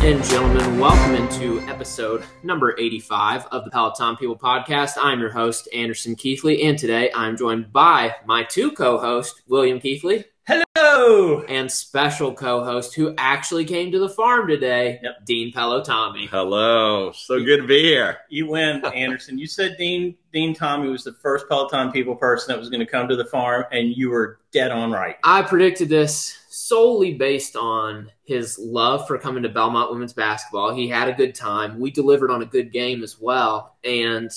and gentlemen, welcome into episode number 85 of the Peloton People podcast. I'm your host, Anderson Keithley, and today I'm joined by my two co hosts, William Keithley Hello. and special co host who actually came to the farm today, Yep. Dean Pelotami. Hello. So good to be here. You win, Anderson. You said Dean Dean Tommy was the first Peloton people person that was going to come to the farm, and you were dead on right. I predicted this solely based on his love for coming to Belmont women's basketball. He had a good time. We delivered on a good game as well. And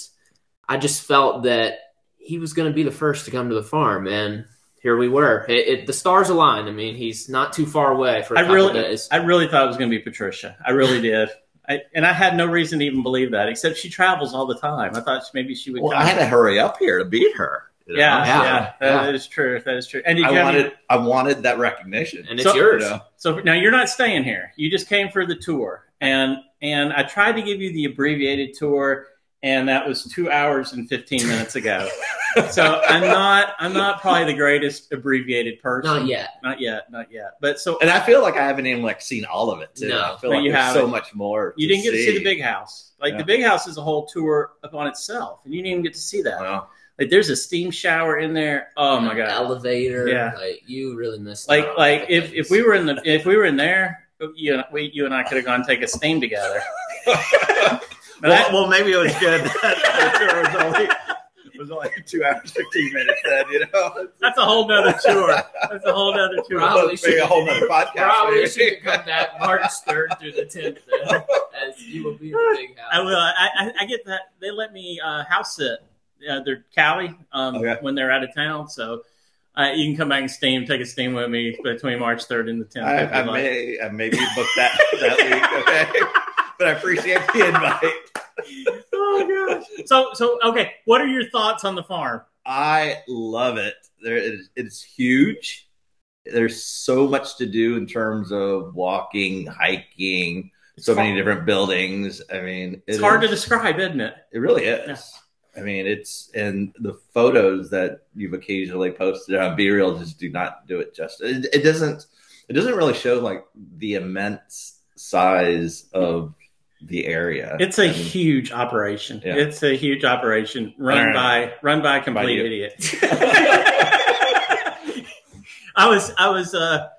I just felt that he was going to be the first to come to the farm. And here we were. It, it, the stars aligned. I mean, he's not too far away for a I couple really, days. I really thought it was going to be Patricia. I really did. I, and I had no reason to even believe that, except she travels all the time. I thought she- maybe she would. Well, come. I had to hurry up here to beat her. you know? yeah, yeah, Yeah. that Yeah. is true. That is true. And did you I have any- wanted I wanted that recognition. and it's So- yours. You know? So now you're not staying here. You just came for the tour, and and I tried to give you the abbreviated tour, and that was two hours and fifteen minutes ago. so I'm not I'm not probably the greatest abbreviated person. Not yet. Not yet. Not yet. But so And I feel like I haven't even like seen all of it too. No. I feel No, like you there's so haven't. much more. you didn't get to see the big house. Like Yeah. the big house is a whole tour upon itself, and you didn't even get to see that. Well, Like there's a steam shower in there. Oh my god. Elevator. Yeah. Like, you really missed out like on like the if, things. if we were in the if we were in there you and we you and I could have gone take a steam together. But I- well, maybe it was good that the tour was only it was only two hours fifteen minutes then, you know. That's a whole nother tour. That's a whole nother tour. Probably Maybe should- a whole nother podcast. Probably maybe. should have come that March 3rd through the 10th, then, as you will be in the big house. I will. I, I, I get that. They let me uh, house sit. Uh, they're Cali um, Okay. when they're out of town. So uh, you can come back and steam, take a steam with me between March 3rd and the 10th. I, if I you'd like. may I maybe book that that week, okay? But I appreciate the invite. oh, gosh. So, so, okay. What are your thoughts on the farm? I love it. There is, it's huge. There's so much to do in terms of walking, hiking, so many different buildings. I mean, It's it hard to is- describe, isn't it? It really is. I mean, it's and the photos that you've occasionally posted on BeReal just do not do it justice. It, it doesn't. It doesn't really show like the immense size of the area. It's a And- huge operation. Yeah. It's a huge operation run All by run by a complete you. idiot. I was I was uh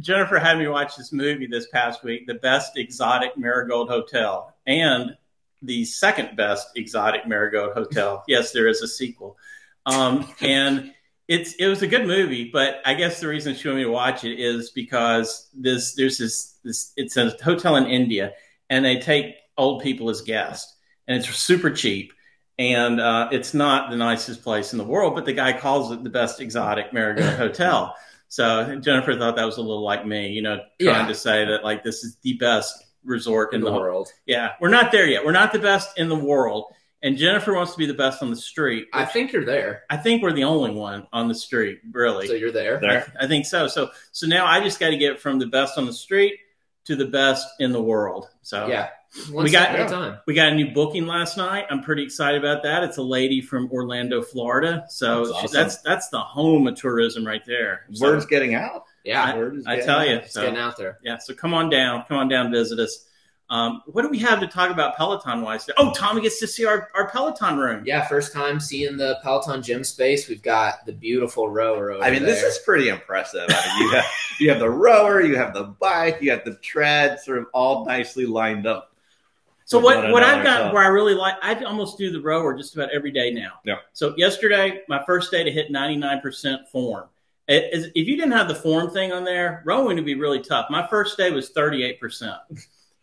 Jennifer had me watch this movie this past week, The Best Exotic Marigold Hotel and the second best exotic Marigold Hotel. yes, there is a sequel. Um and it's it was a good movie, but I guess the reason she wanted me to watch it is because this there's this this it's a hotel in India and they take old people as guests and it's super cheap and uh, it's not the nicest place in the world but the guy calls it the best exotic marigold hotel so jennifer thought that was a little like me you know trying Yeah. to say that like this is the best resort in, the, world world. yeah we're not there yet we're not the best in the world and jennifer wants to be the best on the street I think you're there. i think we're the only one on the street really So you're there. there. I think so. So so now I just got to get from the best on the street to the best in the world. So Yeah. One We got- step at a yeah. time. we got a new booking last night. I'm pretty excited about that. It's a lady from Orlando, Florida. So That's she- awesome. that's that's the home of tourism right there. So, Word's getting out. Yeah. Word is I getting tell out. you. It's So getting out there. yeah, so come on down, come on down, visit us. Um, what do we have to talk about Peloton wise? Oh, Tommy gets to see our, our Peloton room. Yeah. First time seeing the Peloton gym space. We've got the beautiful rower over I mean, this there. is pretty impressive. I mean, you have you have the rower, you have the bike, you have the tread, sort of all nicely lined up. So with what, one what I've another. got So- where I really like I almost do the rower just about every day now. Yeah. So yesterday, my first day to hit ninety nine percent form. It- is- if you didn't have the form thing on there, rowing would be really tough. My first day was thirty eight percent,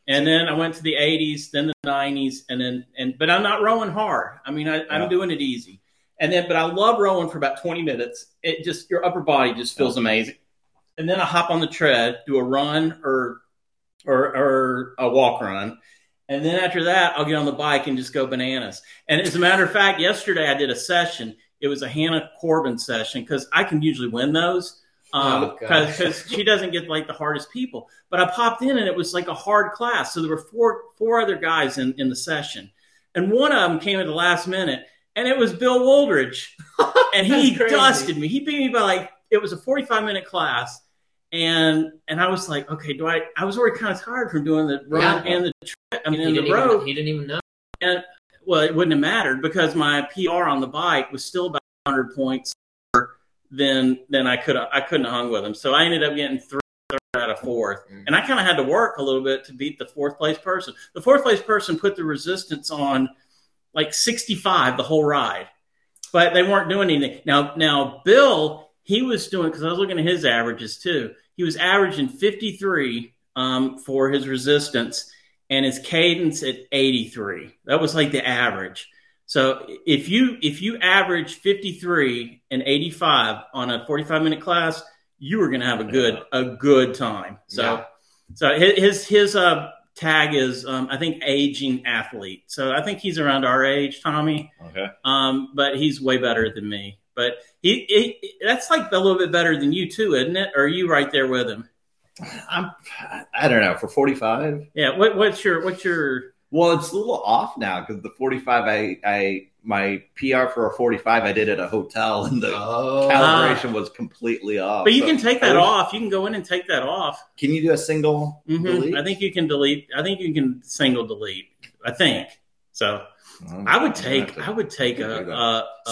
and then I went to the eighties, then the nineties, and then and but I'm not rowing hard. I mean, I, I'm Yeah. doing it easy, and then but I love rowing for about twenty minutes. It just your upper body just feels amazing, and then I hop on the tread, do a run or or or a walk run, and then after that, I'll get on the bike and just go bananas. And as a matter of fact, yesterday I did a session. It was a Hannah Corbin session because I can usually win those Oh, gosh. because she doesn't get like the hardest people. But I popped in and it was like a hard class. So there were four four other guys in, in the session, and one of them came at the last minute, and it was Bill Woldridge, and he That's crazy. dusted me. He beat me by like it was a forty five minute class, and and I was like, okay, do I? I was already kind of tired from doing the run Yeah. and the trip. I He mean, and didn't, the even, road. he didn't even know. And well, it wouldn't have mattered because my PR on the bike was still about 100 points than than I could I couldn't have hung with him. So I ended up getting third out of fourth, and I kind of had to work a little bit to beat the fourth place person. The fourth place person put the resistance on like 65 the whole ride, but they weren't doing anything. Now now Bill he was doing because I was looking at his averages too. He was averaging 53 um, for his resistance and his cadence at 83 that was like the average so if you if you average 53 and 85 on a 45 minute class you were going to have a good a good time so Yeah. so hi- his his uh tag is um, i think aging athlete so i think he's around our age tommy Okay. um, but he's way better than me but he, he that's like a little bit better than you too isn't it or are you right there with him I'm, I don't know. For 45, yeah what, what's your what's your Well, it's a little off now because the 45, I, I, my PR for a 45, I did at a hotel and the Oh, calibration was completely off. But you So can take that I wish- off. You can go in and take that off. Can you do a single? Mhm. delete? I think you can delete. I think you can single delete. I think so. don't I would know. take. Oh, have I to- would take I a. can do that.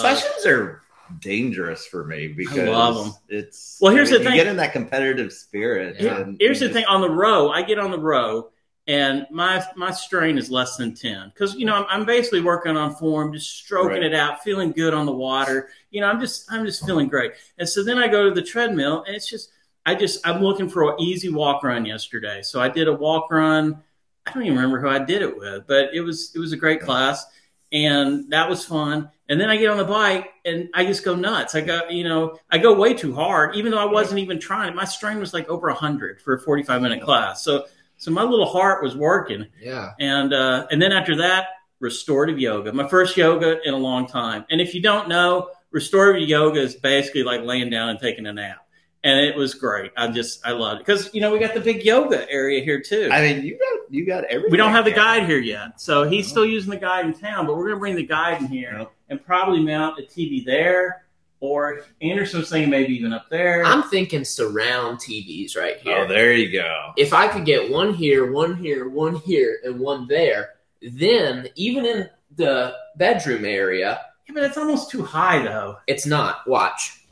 a, a Sessions are dangerous for me because love 'em. it's. Well, here's I mean, the you thing. get in that competitive spirit. Yeah. and here's you the thing just- on the row. I get on the row, and my my strain is less than ten because you know I'm, I'm basically working on form, just stroking Right. it out, feeling good on the water. You know, I'm just I'm just feeling great. And so then I go to the treadmill, and it's just I just I'm looking for an easy walk run yesterday. So I did a walk run. I don't even remember who I did it with, but it was it was a great class, and that was fun. And then I get on the bike and I just go nuts. I go, you know, I go way too hard, even though I wasn't even trying. My strain was like over hundred for a forty-five minute class. So, so my little heart was working. yeah. And uh, and then after that, restorative yoga. My first yoga in a long time. And if you don't know, restorative yoga is basically like laying down and taking a nap. And it was great. I just I loved it because you know we got the big yoga area here too. I mean, you got you got everything. We don't have the there. guide here yet, so he's still using the guide in town. But we're going to bring the guide in here Yep. and probably mount a TV there, or Anderson's thing maybe even up there. I'm thinking surround TVs right here. Oh, there you go. if I could get one here, one here, one here, and one there, then even in the bedroom area, yeah, but it's almost too high though. it's not. Watch.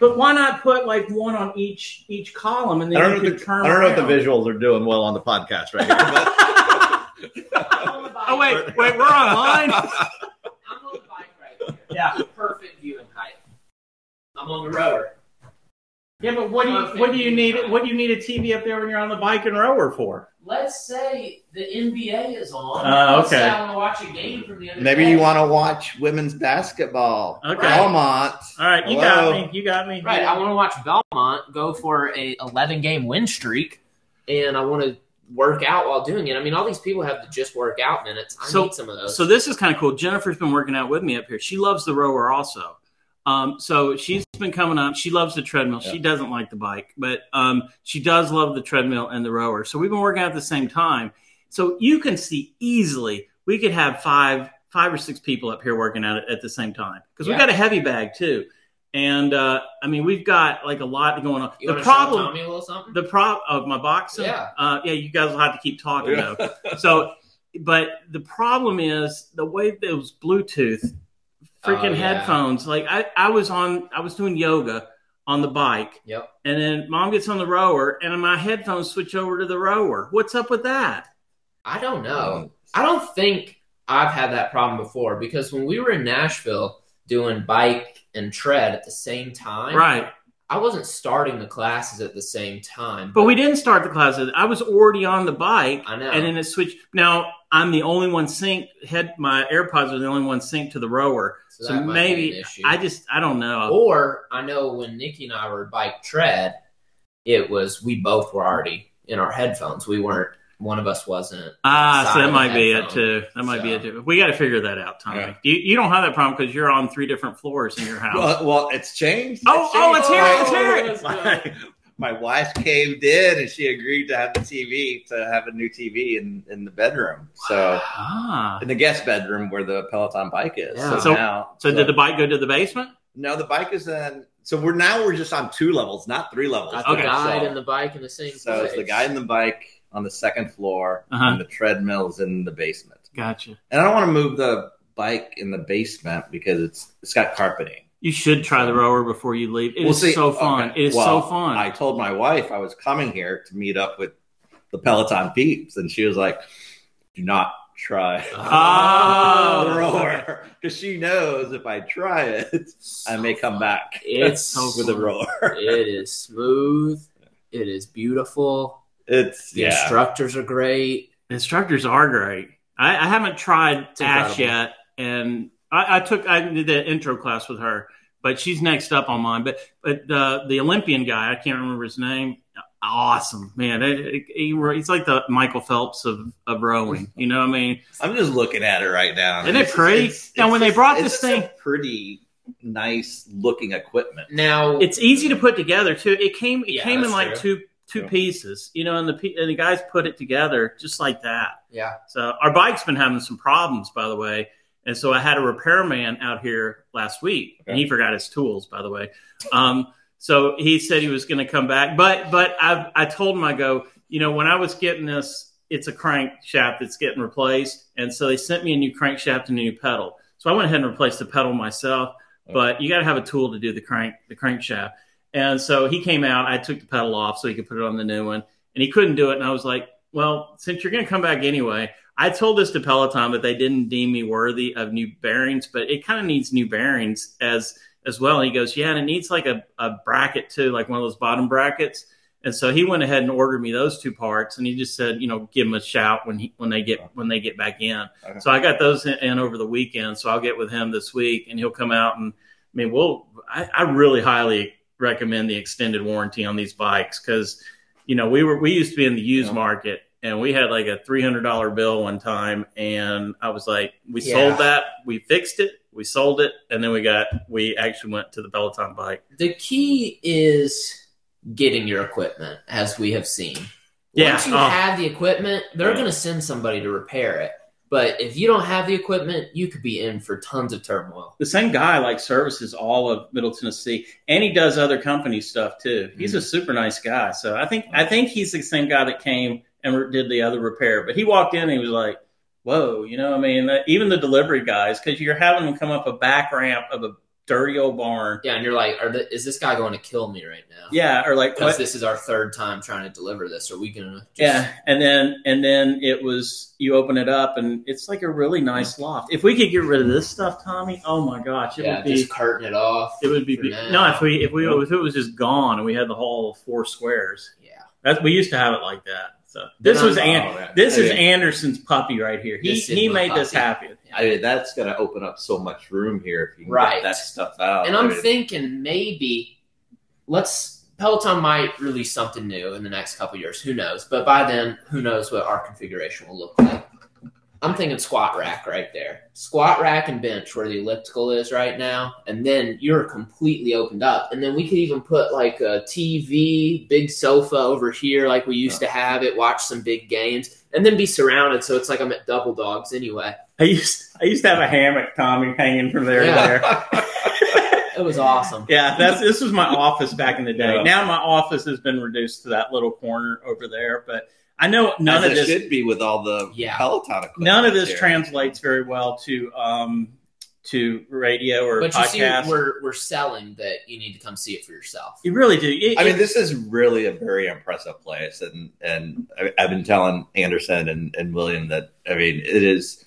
But why not put like one on each each column and I then don't, you know can if the, turn I don't know if the around? visuals are doing well on the podcast right here. but- oh wait, wait, we're online. I'm on the bike right here. yeah, Perfect viewing height. I'm on the rower. yeah, but what do you what do you need what do you need a TV up there when you're on the bike and rower for? Let's say the NBA is on. Oh, Let's say okay. I want to watch a game from the other Maybe day. you want to watch women's basketball. Okay. Belmont. All right, you Hello? got me, you got me. Right, I want to watch Belmont go for a 11 game win streak, and I want to work out while doing it. I mean, all these people have to just work out minutes. I So- need some of those. So this is kind of cool. Jennifer's been working out with me up here. She loves the rower also. Um, so she's been coming up. She loves the treadmill. She doesn't like the bike, but um, she does love the treadmill and the rower. So we've been working out at the same time. So you can see easily we could have five five or six people up here working out at, at the same time because Yeah. we got a heavy bag too. And uh, I mean, we've got like a lot going on. you the wanna show problem, Tommy a little something? the prop of my boxing. Yeah. uh, yeah. You guys will have to keep talking Yeah. though so but the problem is the way those bluetooth freaking Oh, yeah. headphones like I, I was on i was doing yoga on the bike Yep. and then mom gets on the rower and my headphones switch over to the rower what's up with that I don't Mm. Oh. know. I don't think I've had that problem before because when we were in Nashville doing bike and tread at the same time, right I wasn't starting the classes at the same time. but we didn't start the class i was already on the bike I know. and then it switched now i'm the only one synced head my airpods are the only one synced to the rower that so, might be an maybe issue. i just uh, i don't know Or I know when Nikki and I were bike tread, it was we both were already in our headphones. We weren't one of us wasn't. Ah, so side that might be it headphone. too. That might be it So- too. We got to figure that out, Tommy. Yeah. You, you don't have that problem because you're on three different floors in your house. Well, well, it's changed. oh, oh, let's hear it. Let's hear Oh, it. let's My, my wife caved in and she agreed to have the TV to have a new TV in, in the bedroom. So Ah, in the guest bedroom where the Peloton bike is. Yeah. So, So- now, so did the bike go to the basement? no, the bike is in. So we're now we're just on two levels, not three levels. I now, the guide so- and the bike in the same So place. it's the guy in the bike on the second floor, Uh-huh. and the treadmill's in the basement. Gotcha. And I don't want to move the bike in the basement because it's it's got carpeting. You should try the rower before you leave. It is We'll see. so fun. Okay. It is Well, so fun. I told my wife I was coming here to meet up with the Peloton peeps, and she was like, "Do not try Ah. Oh. the roller," because she knows if I try it, I may come back It's with a roller. It is smooth. It is beautiful. It's The yeah. instructors are great. Instructors are great. I, I haven't tried It's Ash incredible. yet, and I, I took I did that intro class with her, but she's next up on mine. But but uh, the Olympian guy, I can't remember his name. Awesome man, It- it- he were- he's like the Michael Phelps of, of rowing. You know what I mean? I'm just looking at it right now. Isn't it pretty? Now, when they brought this just a thing- pretty nice looking equipment. Now It's easy to put together too. It came it Yeah, came in that's like two two Yeah. pieces, you know, and the pe- and the guys put it together just like that. yeah, So our bike's been having some problems, by the way. And so I had a repairman out here last week, and he forgot his tools, by the way. Um, so he said he was going to come back, but but I I told him I go, you know, when I was getting this, it's a crankshaft that's getting replaced, and so they sent me a new crankshaft and a new pedal. So I went ahead and replaced the pedal myself, but you got to have a tool to do the crank the crankshaft. And so he came out, I took the pedal off so he could put it on the new one, and he couldn't do it, and I was like, well, since you're going to come back anyway, I told this to Peloton, but they didn't deem me worthy of new bearings. But it kind of needs new bearings as as well. And he goes, yeah, and it needs like a, a bracket too, like one of those bottom brackets. And so he went ahead and ordered me those two parts, and he just said, you know, give him a shout when he when they get when they get back in. Okay. So I got those in, in over the weekend. So I'll get with him this week, and he'll come out and I mean, we'll I, I really highly recommend the extended warranty on these bikes because you know we were we used to be in the used Yeah. market and we had like a three hundred dollar bill one time, and I was like, we Yeah. sold that, we fixed it, we sold it, and then we got we actually went to the Peloton bike. the key is getting your equipment, as we have seen. Yeah, Once you oh. have the equipment, they're Yeah. going to send somebody to repair it. But if you don't have the equipment, you could be in for tons of turmoil. The same guy like services all of Middle Tennessee, and he does other company stuff too. He's Mm. a super nice guy, so I think I think he's the same guy that came and re- did the other repair. But he walked in, and he was like, "Whoa," you know. what I mean, That- even the delivery guys, because you're having them come up a back ramp of a dirty old barn, Yeah, and you're like, are the, is this guy going to kill me right now? yeah, or like because what- this is our third time trying to deliver this. Are we going to? Yeah, and then and then it was you open it up and it's like a really nice loft. If we could get rid of this stuff, Tommy, oh my gosh, it Mm. yeah, would be just curtain it off. it would be for be- now. no if we if we if it was just gone and we had the whole four squares. yeah, That's we used to have it like that. So this was An- Oh, yeah. this I is mean- Anderson's puppy right here. He This is he my made this puppy. happen. I mean, that's going to open up so much room here if you can Right. get that stuff out. and I I'm mean, thinking maybe let's Peloton might release something new in the next couple years. Who knows? But by then, who knows what our configuration will look like? I'm thinking squat rack right there, squat rack and bench where the elliptical is right now, and then you're completely opened up. And then we could even put like a TV, big sofa over here, like we used to have it, watch some big games, and then be surrounded. So it's like I'm at Double Dogs anyway. I used I used to have a hammock, Tommy, hanging from there Yeah. to there. It was awesome. Yeah, that's this was my office back in the day. Yeah. Now my office has been reduced to that little corner over there, but I know none as of it this should be with all the Yeah. Peloton equipment. none of this here. translates very well to um to radio or But you see, podcast. we're we're selling that you need to come see it for yourself. you really do. It- I mean, it- this is really a very impressive place, and and I- I've been telling Anderson and, and William that I mean, it is.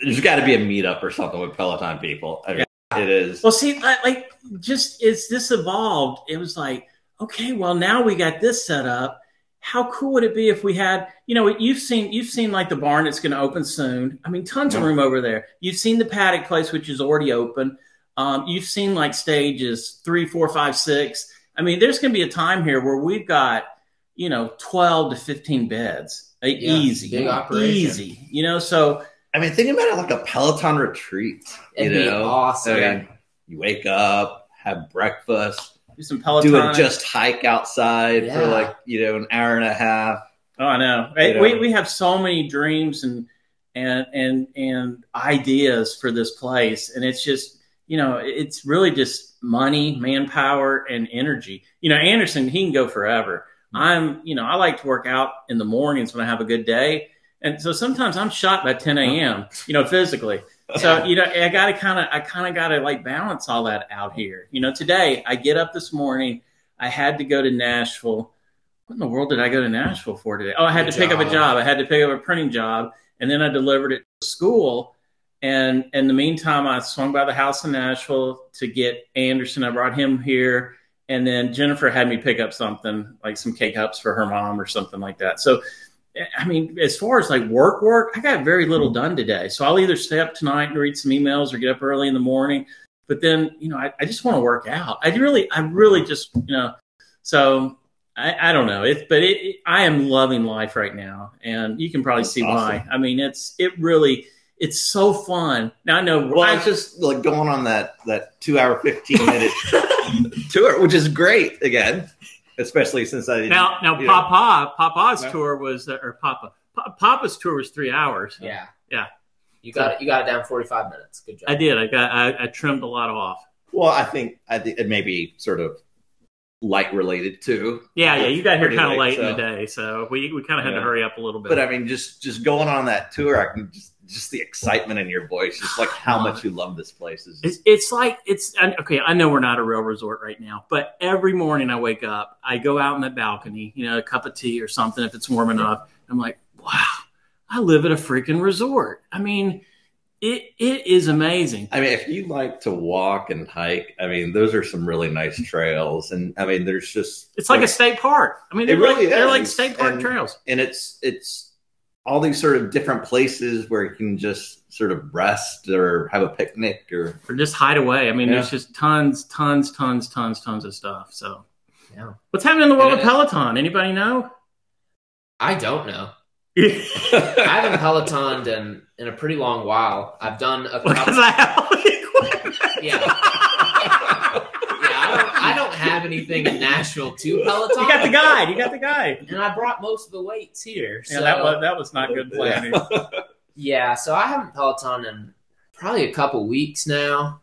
There's got to be a meetup or something with Peloton people. I mean, it is. well, see, I, like just as this evolved, it was like, okay, well now we got this set up. How cool would it be if we had, you know, you've seen you've seen like the barn that's going to open soon. I mean, tons of Yeah. room over there. You've seen the paddock place, which is already open. Um, you've seen like stages three, four, five, six. I mean, there's going to be a time here where we've got, you know, twelve to fifteen beds, Uh, Yeah, easy, big operation. easy. You know, so I mean, think about it like a Peloton retreat. It'd you be know? Oh, awesome. I mean, you wake up, have breakfast, do some Peloton. do a just hike outside Yeah. for like you know an hour and a half. Oh, I know. Right? You We know. we have so many dreams and and and and ideas for this place, and it's just you know, it's really just money, manpower, and energy. You know, Anderson, he can go forever. Hmm. I'm, you know, I like to work out in the mornings when I have a good day. And so sometimes I'm shot by 10 a.m., you know, physically. So, you know, I got to kind of, I kind of got to like balance all that out here. You know, today I get up this morning, I had to go to Nashville. What in the world did I go to Nashville for today? Oh, I had to pick up a Job. job. I had to pick up a printing job. And then I delivered it to school. And in the meantime, I swung by the house in Nashville to get Anderson. I brought him here. And then Jennifer had me pick up something, like some K cups for her mom or something like that. So, I mean, as far as like work, work, I got very little Mm-hmm. done today. So I'll either stay up tonight and read some emails or get up early in the morning. But then, you know, I, I just want to work out. I really, I really Mm-hmm. just, you know, so I, I don't know. It's, but it, I am loving life right now. And you can probably That's see why. awesome. I mean, it's, it really, it's so fun. Now I know. Well, I- it's just like going on that that two hour fifteen minute tour, which is great again, especially since I didn't, Now, now, you know, Papa, Papa's No. tour was, uh, or Papa, Pa- Papa's tour was three hours. Yeah. Yeah. You got it. You got it down forty five minutes. Good job. I did. I got, I, I trimmed a lot off. Well, I think I think it may be sort of light related too. Yeah, yeah. You got here Pretty kind of late, late in the so. day, so we we kind of had Yeah. to hurry up a little bit. But I mean, just just going on that tour, I can just just the excitement in your voice, just like how much you love this place is. It's, it's like it's I- okay. I know we're not a real resort right now, but every morning I wake up, I go out on that balcony, you know, a cup of tea or something if it's warm enough. I'm like, wow, I live at a freaking resort. I mean, it it is amazing. I mean, if you like to walk and hike, I mean, those are some really nice trails, and I mean, there's just It's like a state park. I mean, they're It like, really they're like is. state park And- trails. and it's it's all these sort of different places where you can just sort of rest or have a picnic or Or just hide away. I mean, Yeah. there's just tons, tons, tons, tons, tons of stuff. So, Yeah. what's happening in the world And of it- Peloton? Anybody know? I don't know. Because I haven't Pelotoned in in a pretty long while. I've done a couple. I have all the equipment. Yeah. Yeah. I don't, I don't have anything in Nashville to Peloton. You got the guy. You got the guy. And I brought most of the weights here. So yeah, that was, that was not good planning. Yeah, so I haven't Peloton in probably a couple weeks now.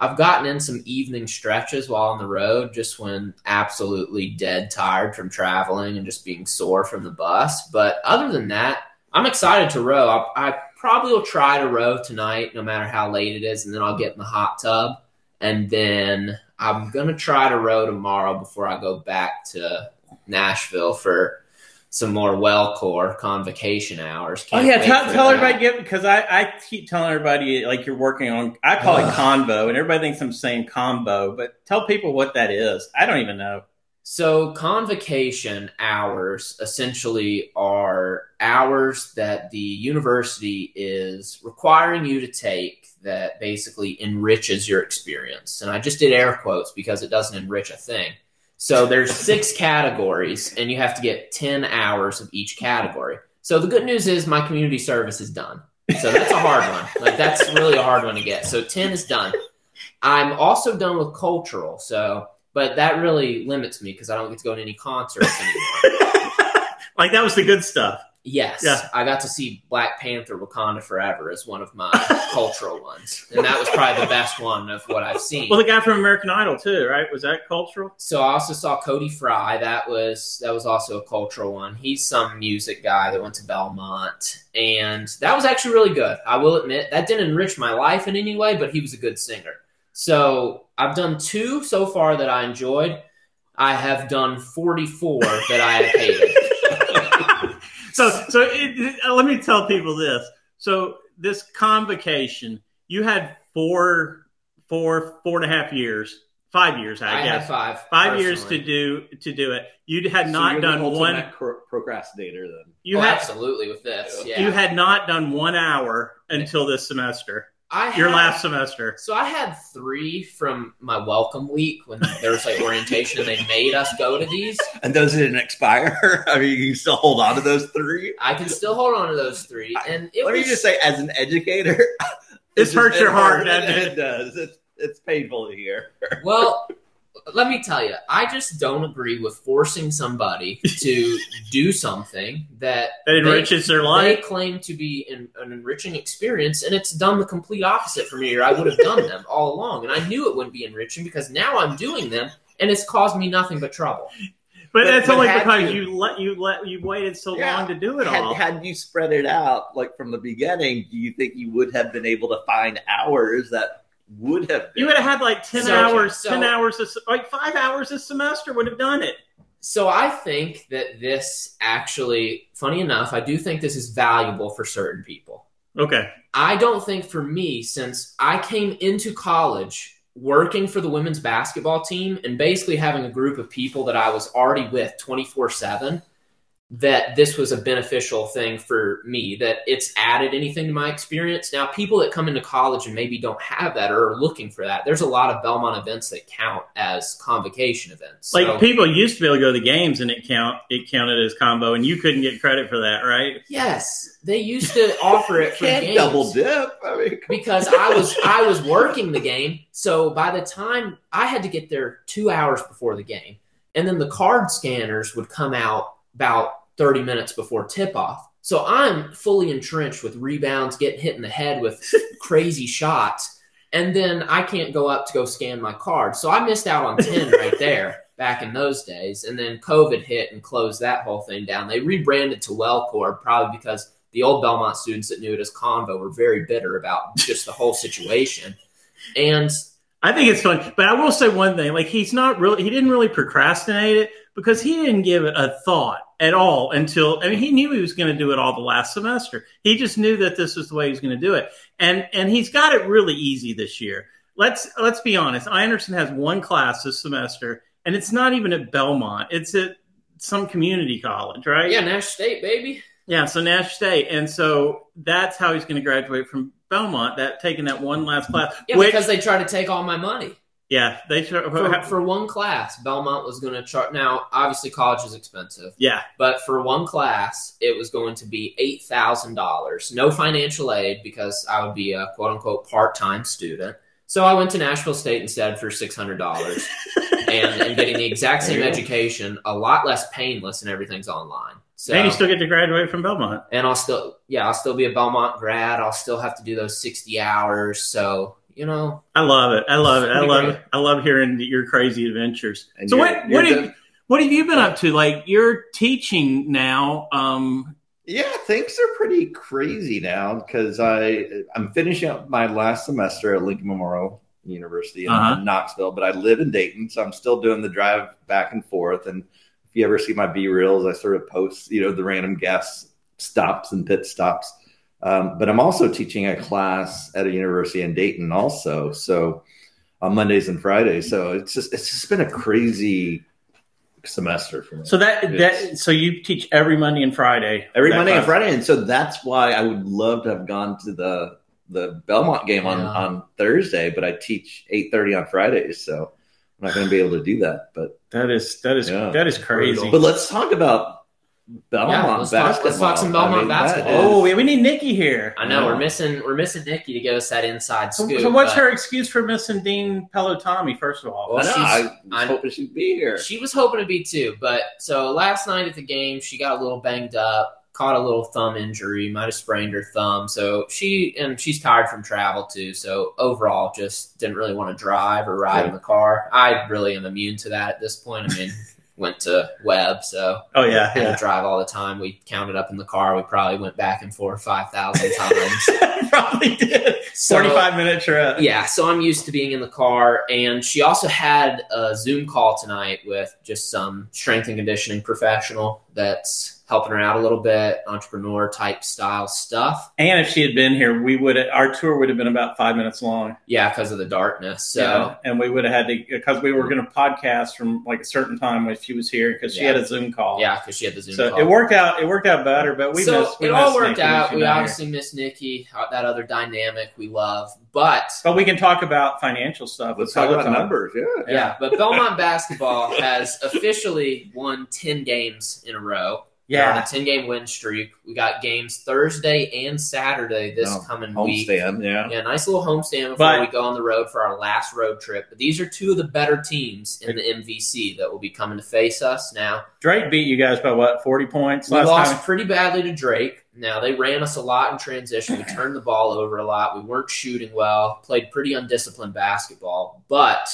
I've gotten in some evening stretches while on the road, just when absolutely dead tired from traveling and just being sore from the bus. But other than that, I'm excited to row. I, I probably will try to row tonight, no matter how late it is, and then I'll get in the hot tub. And then I'm going to try to row tomorrow before I go back to Nashville for some more well core convocation hours. Oh Can't yeah, wait tell, for tell that. everybody get because I, I keep telling everybody like you're working on. I call it Ugh. convo, and everybody thinks I'm saying combo, but tell people what that is. I don't even know. So, convocation hours essentially are hours that the university is requiring you to take that basically enriches your experience. And I just did air quotes because it doesn't enrich a thing. So, there's six categories, and you have to get 10 hours of each category. So, the good news is my community service is done. So, that's a hard one. Like, that's really a hard one to get. So, 10 is done. I'm also done with cultural. So, but that really limits me because I don't get to go to any concerts anymore. Like that was the good stuff. yes, Yeah. I got to see Black Panther: Wakanda Forever as one of my cultural ones, and that was probably the best one of what I've seen. Well, the guy from American Idol too, right? Was that cultural? so I also saw Cody Fry. That was that was also a cultural one. He's some music guy that went to Belmont, and that was actually really good. I will admit that didn't enrich my life in any way, but he was a good singer. So I've done two so far that I enjoyed. I have done forty four that I have hated. So, so it, it- uh, let me tell people this. So this convocation, you had four, four, four and a half years, five years, I, I guess, had five. five years to personally. do to do it. You had So not you're the done ultimate one. cro- procrastinator then. You Oh, had absolutely with this. Yeah. you had not done one hour until this semester, I your had- last semester. So I had three from my welcome week when there was like orientation and they made us go to these. And those didn't expire. I mean, you can still hold on to those three. I can still hold on to those three, and it Let me was- just say, as an educator, it This hurts just- your it heart, hurts. doesn't it? It does. It's, it's painful to hear. well. let me tell you, I just don't agree with forcing somebody to do something that That enriches their they life. claim to be an, an enriching experience, and it's done the complete opposite for me, or I would have done them all along. And I knew it wouldn't be enriching because now I'm doing them, and it's caused me nothing but trouble. but that's but only had because you- you let you let you waited so Yeah. long to do it all. Had, had you spread it out like from the beginning, do you think you would have been able to find hours that would have been? you would have had like ten So- hours, so- ten hours, of, like five hours a semester would have done it. So I think that this actually, funny enough, I do think this is valuable for certain people. Okay, I don't think for me, since I came into college working for the women's basketball team and basically having a group of people that I was already with 24 7, that this was a beneficial thing for me, that it's added anything to my experience. Now, people that come into college and maybe don't have that or are looking for that, there's a lot of Belmont events that count as convocation events. like So- people used to be able to go to the games and it count it counted as combo, and you couldn't get credit for that, right? yes, they used to offer it for Can't games. double dip. I mean, because I was I was working the game. So by the time I had to get there two hours before the game, and then the card scanners would come out about thirty minutes before tip off. So I'm fully entrenched with rebounds, getting hit in the head with crazy shots, and then I can't go up to go scan my card. So I missed out on ten right there back in those days. And then COVID hit and closed that whole thing down. They rebranded to Wellcore probably because the old Belmont students that knew it as Convo were very bitter about just the whole situation. And I think it's fun, but I will say one thing: like he's not really, he didn't really procrastinate it because he didn't give it a thought at all until. I mean, he knew he was going to do it all the last semester. He just knew that this was the way he was going to do it, and and he's got it really easy this year. Let's let's be honest. Anderson has one class this semester, and it's not even at Belmont; it's at some community college, right? yeah, Nash State, baby. Yeah, so Nash State, and so that's how he's going to graduate from Belmont. That taking that one last class, Yeah, which because they tried to take all my money yeah, they should. for, for one class. Belmont was going to charge. Now, obviously, college is expensive, yeah, but for one class, it was going to be eight thousand dollars. No financial aid because I would be a quote unquote part time student. So I went to Nashville State instead for six hundred dollars, and, and getting the exact same There you go. education, a lot less painless, and everything's online. So and you still get to graduate from Belmont. and I'll still yeah I'll still be a Belmont grad. I'll still have to do those sixty hours. So you know I love it. I love it. I Pretty love great. it. I love hearing your crazy adventures. and so you're- what you're what done- have, what have you been up to? Like you're teaching now. Um, Yeah, things are pretty crazy now because I I'm finishing up my last semester at Lincoln Memorial University in Uh-huh. Knoxville, but I live in Dayton, so I'm still doing the drive back and forth. And if you ever see my B reels, I sort of post you know the random gas stops and pit stops. Um, but I'm also teaching a class at a university in Dayton, also. So on Mondays and Fridays, so it's just it's just been a crazy semester for me. so that Yes. that so you teach every Monday and Friday. every That Monday and class. Friday, and so that's why I would love to have gone to the the Belmont game on Yeah. on Thursday, but I teach eight thirty on Fridays, so I'm not going to be able to do that. But That is that is Yeah. that is crazy. but let's talk about Belmont Yeah, let's talk- basketball. let's talk some Belmont that basketball. is- Oh, yeah, we need Nikki here. I know we're missing we're missing Nikki to give us that inside So, scoop. so what's but her excuse for missing Dean Pelotami? First of all, Well, I know. she's- I was I- hoping she'd be here. She was hoping to be too, but so last night at the game she got a little banged up, caught a little thumb injury, might have sprained her thumb. So she and she's tired from travel too. So overall, just didn't really want to drive or ride in the car. I really am immune to that at this point. I mean, went to Webb, so oh yeah, had yeah. to drive all the time. We counted up in the car. We probably went back and forth five thousand times. probably did. So- Forty-five minute trip. yeah, so I'm used to being in the car. And she also had a Zoom call tonight with just some strength and conditioning professional that's helping her out a little bit, entrepreneur type style stuff. And if she had been here, we would our tour would have been about five minutes long. Yeah, because of the darkness. So Yeah, and we would have had to because we were going to podcast from like a certain time when she was here because she Yeah. had a Zoom call. yeah, because she had the Zoom so call. it worked out. It worked out better, but we so missed. We it all missed worked Nikki when out. she We got here. obviously miss Nikki, uh, that other dynamic we love, but but we can talk about financial stuff. with Let's talk about Peloton. numbers. Yeah, Yeah, but Belmont basketball has officially won 10 games in a row. They're on Yeah. a ten game win streak. We got games Thursday and Saturday this Oh, coming week. Homestand, yeah. Yeah, nice little homestand before But- we go on the road for our last road trip. But these are two of the better teams in the MVC that will be coming to face us now. Drake beat you guys by what, 40 points We last lost time? pretty badly to Drake. Now they ran us a lot in transition. We turned the ball over a lot. We weren't shooting well. Played pretty undisciplined basketball, but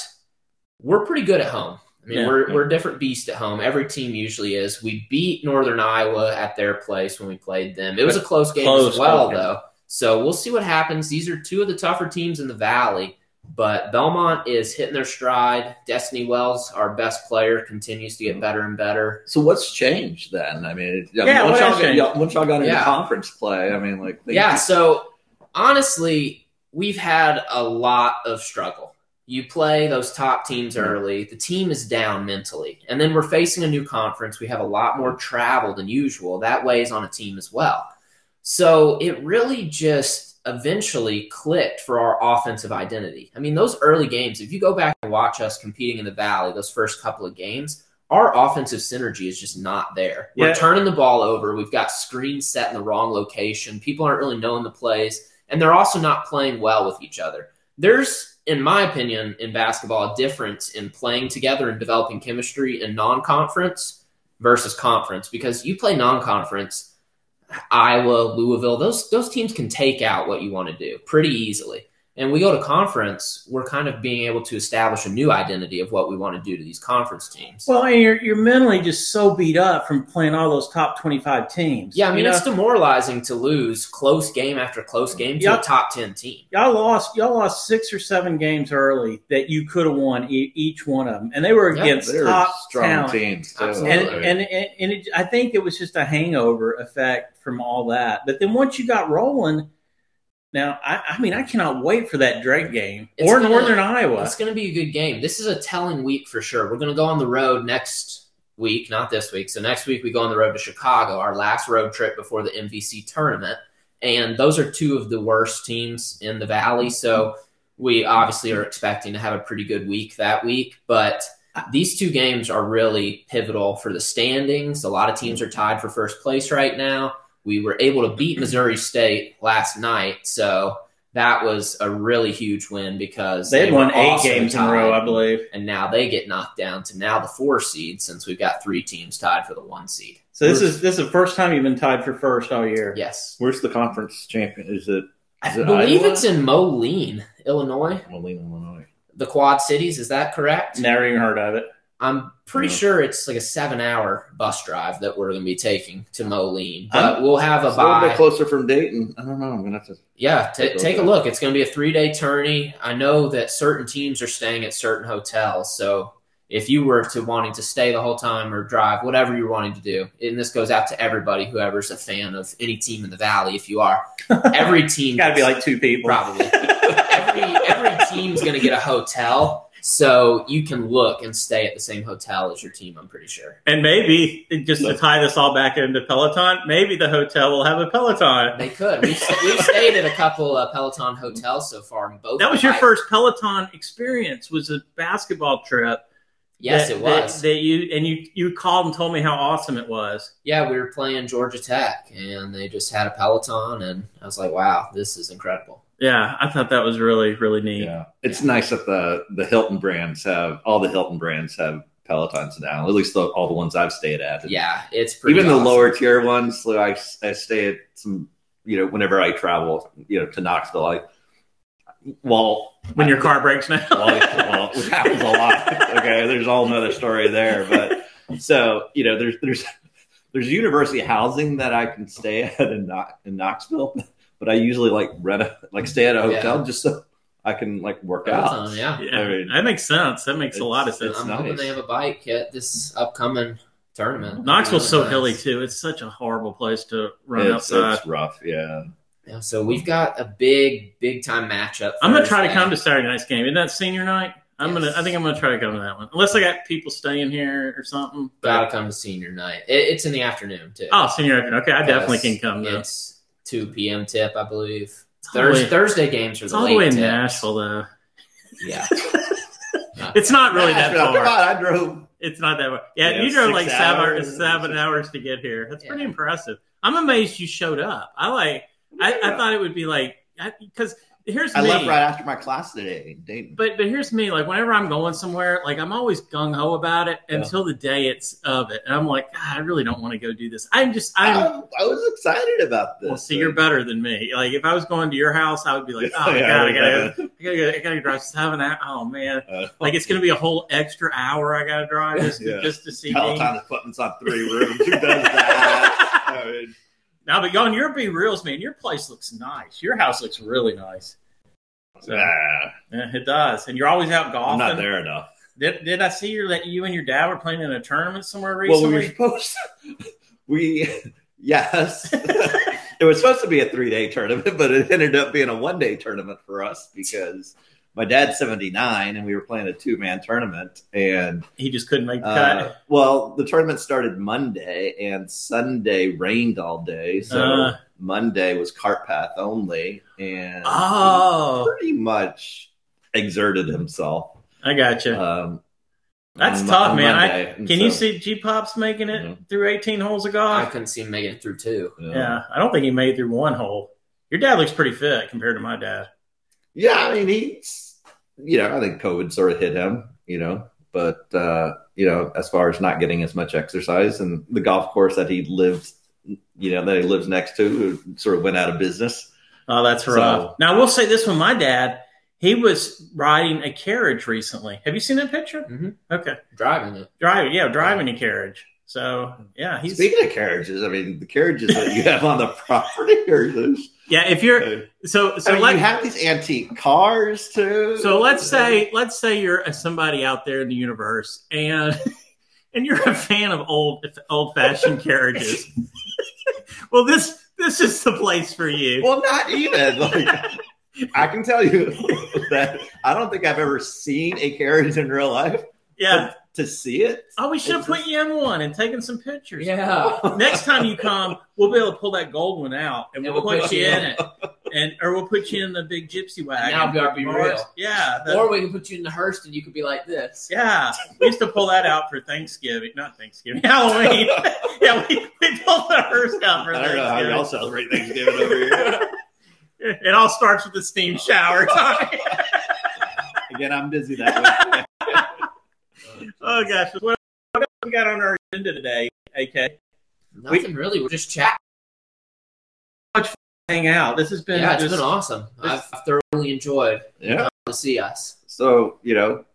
we're pretty good at home. I mean, Yeah. we're we're a different beast at home. Every team usually is. We beat Northern Iowa at their place when we played them. It was a close game Close, as well, okay. though. So we'll see what happens. These are two of the tougher teams in the valley, but Belmont is hitting their stride. Destiny Wells, our best player, continues to Mm-hmm. get better and better. So what's changed then? I mean, it- Yeah, once, what y'all has got, changed? y'all, once y'all got into Yeah. conference play, I mean, like, they- yeah so honestly we've had a lot of struggle you play those top teams early the team is down mentally and then we're facing a new conference we have a lot more travel than usual that weighs on a team as well so it really just eventually clicked for our offensive identity i mean those early games if you go back and watch us competing in the valley those first couple of games our offensive synergy is just not there. Yeah. We're turning the ball over. We've got screens set in the wrong location. People aren't really knowing the plays, and they're also not playing well with each other. There's, in my opinion, in basketball, a difference in playing together and developing chemistry in non conference versus conference because you play non conference, Iowa, Louisville, those, those teams can take out what you want to do pretty easily. And we go to conference, we're kind of being able to establish a new identity of what we want to do to these conference teams. Well, and you're, you're mentally just so beat up from playing all those top 25 teams. Yeah, I mean, you know? it's demoralizing to lose close game after close game to Yeah. a top 10 team. y'all lost y'all lost six or seven games early that you could have won e- each one of them, and they were Yeah, against they're top strong talent. teams. Too. Absolutely. And, and and and it, I think it was just a hangover effect from all that. But then once you got rolling, now I, I mean I cannot wait for that Drake game It's or gonna- Northern Iowa. It's going to be a good game. This is a telling week for sure. We're going to go on the road next week, not this week. So next week we go on the road to Chicago, our last road trip before the MVC tournament. And those are two of the worst teams in the Valley. So we obviously are expecting to have a pretty good week that week. But these two games are really pivotal for the standings. A lot of teams are tied for first place right now. We were able to beat Missouri State last night. So that was a really huge win because They had were won eight also games in a row, tied I believe. and now they get knocked down to now the four seed since we've got three teams tied for the one seed. So this is this is the first time you've been tied for first all year. Yes, Where's the conference champion? Is it I Is it believe Iowa? it's in Moline, Illinois, Moline, Illinois? the Quad Cities. Is that correct? Never even heard of it. I'm pretty No. sure it's like a seven-hour bus drive that we're going to be taking to Moline, but I'm- we'll have a It's a little bye. bit closer from Dayton. I don't know. I'm gonna have to. Yeah, Take a t- look take a at it. look. It's going to be a three day tourney. I know that certain teams are staying at certain hotels. So if you were to wanting to stay the whole time or drive, whatever you're wanting to do, and this goes out to everybody, whoever's a fan of any team in the Valley, if you are, every team It's got to be like two people. probably every every team's going to get a hotel, so you can look and stay at the same hotel as your team. I'm pretty sure And maybe just to Look. tie this all back into Peloton, maybe the hotel will have a Peloton. they could. We've, we've stayed at a couple uh, Peloton hotels so far. And both That was your I- first Peloton experience. Was a basketball trip. Yes, that- it was. That, that you and you you called and told me how awesome it was. yeah, we were playing Georgia Tech, and they just had a Peloton, and I was like, wow, this is incredible. Yeah, I thought that was really really neat. Yeah, it's nice that the the Hilton brands have all the Hilton brands have Pelotons now. At least the, all the ones I've stayed at. And Yeah, it's pretty. even the awesome. lower tier ones. So I I stay at some. You know, whenever I travel, you know, to Knoxville, I well When your car breaks down. well, well, which happens a lot. Okay, there's a whole another story there, but so you know, there's there's there's university housing that I can stay at in, Knox, in Knoxville, but I usually like rent a, like stay at a hotel just so I can like work out. Peloton, yeah. yeah, I mean, that makes sense. That makes a lot of it's- sense. I'm hoping nice. they have a bike at this upcoming tournament. Knoxville's so Really nice. hilly too. It's such a horrible place to run it's, outside. it's rough, yeah. Yeah, so we've got a big, big time matchup. I'm gonna try to come to Thursday. Saturday night's game. Isn't that senior night? I'm Yes. gonna. I think I'm gonna try to come to that one. Unless I got people staying here or something. Gotta come to senior night. It, it's in the afternoon too. oh, senior afternoon. Okay, I definitely can Because come though. It's It's 2 p.m. tip, I believe. all the way- Thursday, Thursday games are It's the all late the way in tips. Nashville though. Yeah. It's not really Yeah, that but Come far. on, I drove. It's not that far. Yeah, Yeah, you drove six like seven hours. seven hours to get here. That's pretty Yeah. impressive. I'm amazed you showed up. I like. I, I thought it would be like because here's I me. left right after my class today. in Dayton. But but here's me. Like whenever I'm going somewhere, like I'm always gung ho about it Yeah. until the day it's of it, and I'm like, "God, I really don't want to go do this. I'm just I'm. I, Um, I was excited about this. well, see, you're better than me. Like if I was going to your house, I would be like, Yeah, oh my yeah, god, I yeah. gotta, go, I gotta, go, I gotta drive seven hours. Oh man, Uh, like it's gonna be a whole extra hour I gotta drive just to, Yeah. just to see. Dean. Peloton is putting us on three rooms. Who does that? I mean, Now, but going your B reels, man, your place looks nice. Your house looks really nice. So, nah, yeah, it does, and you're always out I'm golfing. not there enough. Did, did I see you that you and your dad were playing in a tournament somewhere recently? Well, we were supposed to, we yes, it was supposed to be a three day tournament, but it ended up being a one day tournament for us because my dad's 79 and we were playing a two man tournament and he just couldn't make the uh, cut. well the tournament started Monday and Sunday rained all day so Uh. Monday was cart path only and Oh, pretty much exerted himself. I got you. Um, That's on- tough, on man. I- Monday. And Can you so- see G Pop's making it Mhm. through 18 holes of I golf? couldn't see him making it through two. uh, yeah, I don't think he made it through one hole. Your dad looks pretty fit compared to my dad. Yeah, I mean he's you know, I think COVID sort of hit him, you know, but uh, you know, as far as not getting as much exercise and the golf course that he lived you know, that he lives next to sort of went out of business. Oh, that's So- rough. now, I will say this one my dad, he was riding a carriage recently. Have you seen that picture? Mm-hmm. Mhm. Okay. Driving it. Driving, yeah, driving a carriage. So, yeah, he's. Speaking of carriages, I mean the carriages that you have on the property are those yeah, if you're. So, so Uh, I mean, let, you have these antique cars too. So let's say let's say you're a- somebody out there in the universe and and you're a fan of old old fashioned carriages. well, this this is the place for you. Well, not even. Like, I can tell you that I don't think I've ever seen a carriage in real life. Yeah. To see it, Oh, we should have put you in one and taken some pictures. Yeah. Next time you come, we'll be able to pull that gold one out and And we'll, we'll put put you you in it, and or we'll put you in the big gypsy wagon. that'll be our Be Or- Real. Yeah. the- Or we could put you in the Hearst and you could be like this. Yeah, we used to pull that out for Thanksgiving, not Thanksgiving, Halloween. yeah, we, we pulled the hearse out for I don't know how Thanksgiving. y'all celebrate Thanksgiving over here. It all starts with a steam shower. Tommy. Again, I'm busy that way. oh gosh, what, what else we got on our agenda today? AK, Nothing really. We're just chatting. hang out. This has been Yeah, it's just been awesome. I've, I've thoroughly enjoyed Yeah. to see us. So you know,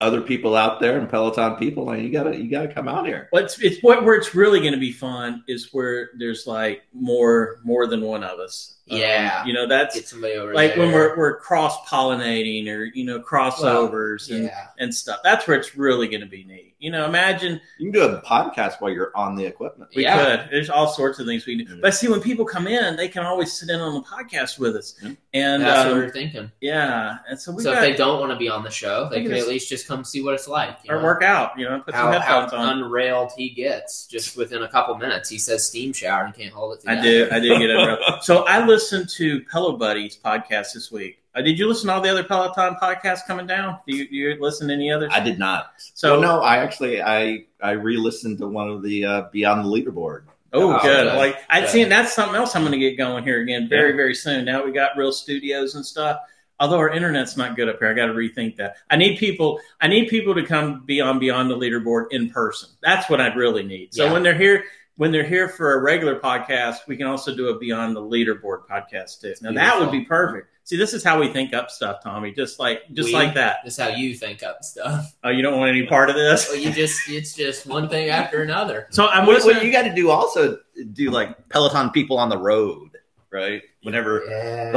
other people out there and Peloton people, like you gotta you gotta come out here. what's it's what where it's really going to be fun is where there's like more more than one of us. Um, Yeah. you know that's Get somebody over like there. when we're we're cross pollinating or you know crossovers and yeah. and stuff. That's where it's really going to be neat. You know, imagine You can do a podcast while you're on the equipment. we Yeah. could. There's all sorts of things we can do. But see, when people come in, they can always sit in on the podcast with us. Yeah. And That's what we um, we're thinking. yeah, and so we so got if they don't want to be on the show, I they think could it's- at least just come see what it's like. you or know? work out. You know, put some how, how headphones on. unrailed he gets just within a couple minutes. He says steam shower and can't hold it I together. do. I do get it. so I listened to Pillow Buddies podcast this week. Uh, did you listen to all the other Peloton podcasts coming down? Do you, do you listen to any others? I did not. so So no, I actually I I re-listened to one of the uh, Beyond the Leaderboard. Oh, Oh, good. good. Like I'd Good. seen that's something else I'm going to get going here again very, very soon. Now we got real studios and stuff. Although our internet's not good up here, I got to rethink that. I need people. I need people to come be on beyond the leaderboard in person. That's what I'd really need. So Yeah. when they're here, when they're here for a regular podcast, we can also do a beyond the leaderboard podcast too. Now that would be perfect. See, this is how we think up stuff, Tommy. Just like just We- like that. That's how you think up stuff. Oh, you don't want any part of this. Well, you just it's just one thing after another. So I'm What, listening. what you got to do also do like Peloton people on the road, right? Whenever Yeah.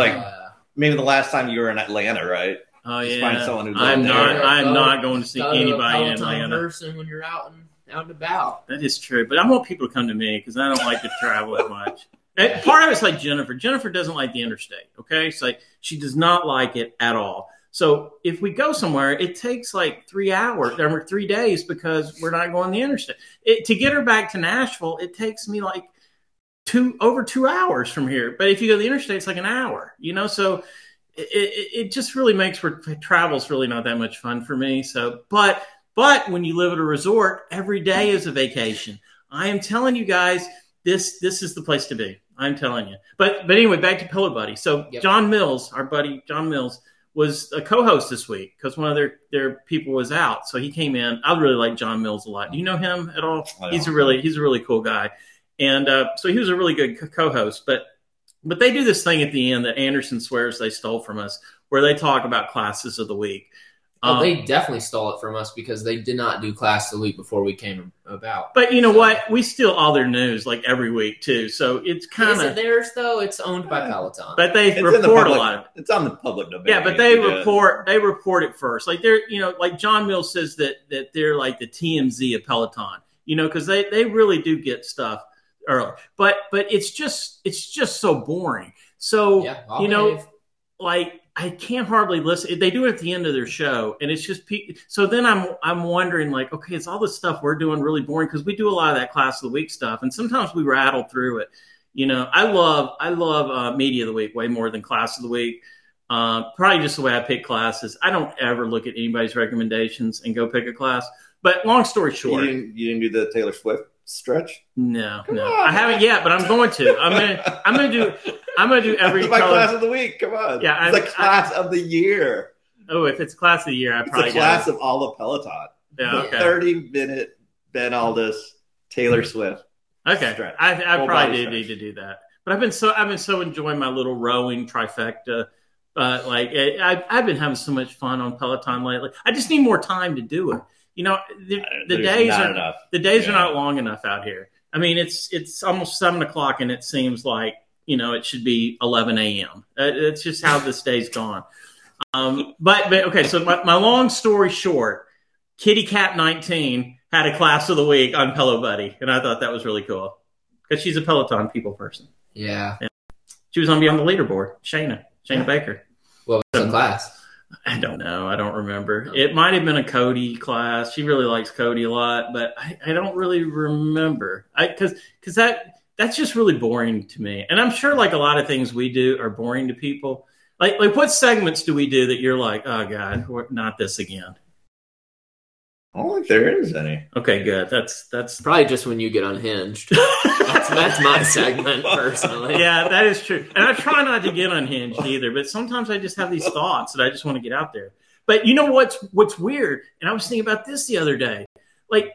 maybe the last time you were in Atlanta, right? oh Just yeah. find someone who's I'm out not. there. I'm Oh, not going to see Gotta do a anybody in Peloton Atlanta. person when you're out and out and about. That is true, but I want people to come to me because I don't like to travel that much. And part of it's like Jennifer. Jennifer doesn't like the interstate. Okay, it's like she does not like it at all. So if we go somewhere, it takes like three hours or three days because we're not going the interstate. It, to get her back to Nashville, it takes me like two over two hours from here. But if you go the interstate, it's like an hour. You know, so it, it, it just really makes for travel's really not that much fun for me. So, but but when you live at a resort, every day is a vacation. I am telling you guys, this this is the place to be. I'm telling you. But but anyway, back to Pillow Buddy. So Yep. John Mills, our buddy John Mills, was a co-host this week because one of their their people was out, so he came in. I really like John Mills a lot. Do you know him at all? I don't. he's a really he's a really cool guy, and uh, so he was a really good co- co-host. But but they do this thing at the end that Anderson swears they stole from us, where they talk about classes of the week. Oh, Um, they definitely stole it from us because they did not do class of the week before we came about. but you know what? We steal all their news like every week too, so it's kind Is it of. theirs though? It's owned by Peloton. But they It's in the report public, a lot of it. It's on the public domain. Yeah, but they if you did. report they report it first. Like they're you know like John Mills says that that they're like the TMZ of Peloton. You know because they they really do get stuff early. But but it's just it's just so boring. So yeah, you know, Dave. like I can't hardly listen. They do it at the end of their show, and it's just pe- so. Then I'm I'm wondering like, okay, is all this stuff we're doing really boring because we do a lot of that class of the week stuff, and sometimes we rattle through it. You know, I love I love uh, media of the week way more than class of the week. Uh, probably just the way I pick classes. I don't ever look at anybody's recommendations and go pick a class. But long story You short, didn't, you didn't do the Taylor Swift stretch. no, Come no, on. I haven't yet, but I'm going to. I'm gonna I'm gonna do I'm gonna do every It's my color. class of the week. Come on. Yeah, it's I- the class of the year. Oh, if it's class of the year, I It's probably the class got it. of all of Peloton. Yeah, okay. Thirty minute Ben Aldis, Taylor Swift. Okay, stretch. I, I Full probably body do need to stretch. do that. But I've been so I've been so enjoying my little rowing trifecta. Uh, like I, I've- I've been having so much fun on Peloton lately. I just need more time to do it. You know, the, the There's days not are enough. the days Yeah. are not long enough out here. I mean, it's it's almost seven o'clock, and it seems like you know it should be eleven a.m. Uh, It's just how this day's gone. Um, but, but okay, so my, my long story short, Kitty Cat nineteen had a class of the week on Pillow Buddy, and I thought that was really cool because she's a Peloton people person. yeah. She was on Beyond the Leaderboard, Shayna, Shayna Baker. What was the class? I don't know. I don't remember. It might have been a Cody class. She really likes Cody a lot, but I, I don't really remember. I because because that that's just really boring to me. And I'm sure like a lot of things we do are boring to people. Like like what segments do we do that you're like, oh god, we're- not this again? I don't think there is any. Okay, good. That's that's Probably just when you get unhinged. That's that's my segment personally. yeah, that is true. And I try not to get unhinged either, but sometimes I just have these thoughts that I just want to get out there. But you know what's what's weird? And I was thinking about this the other day. Like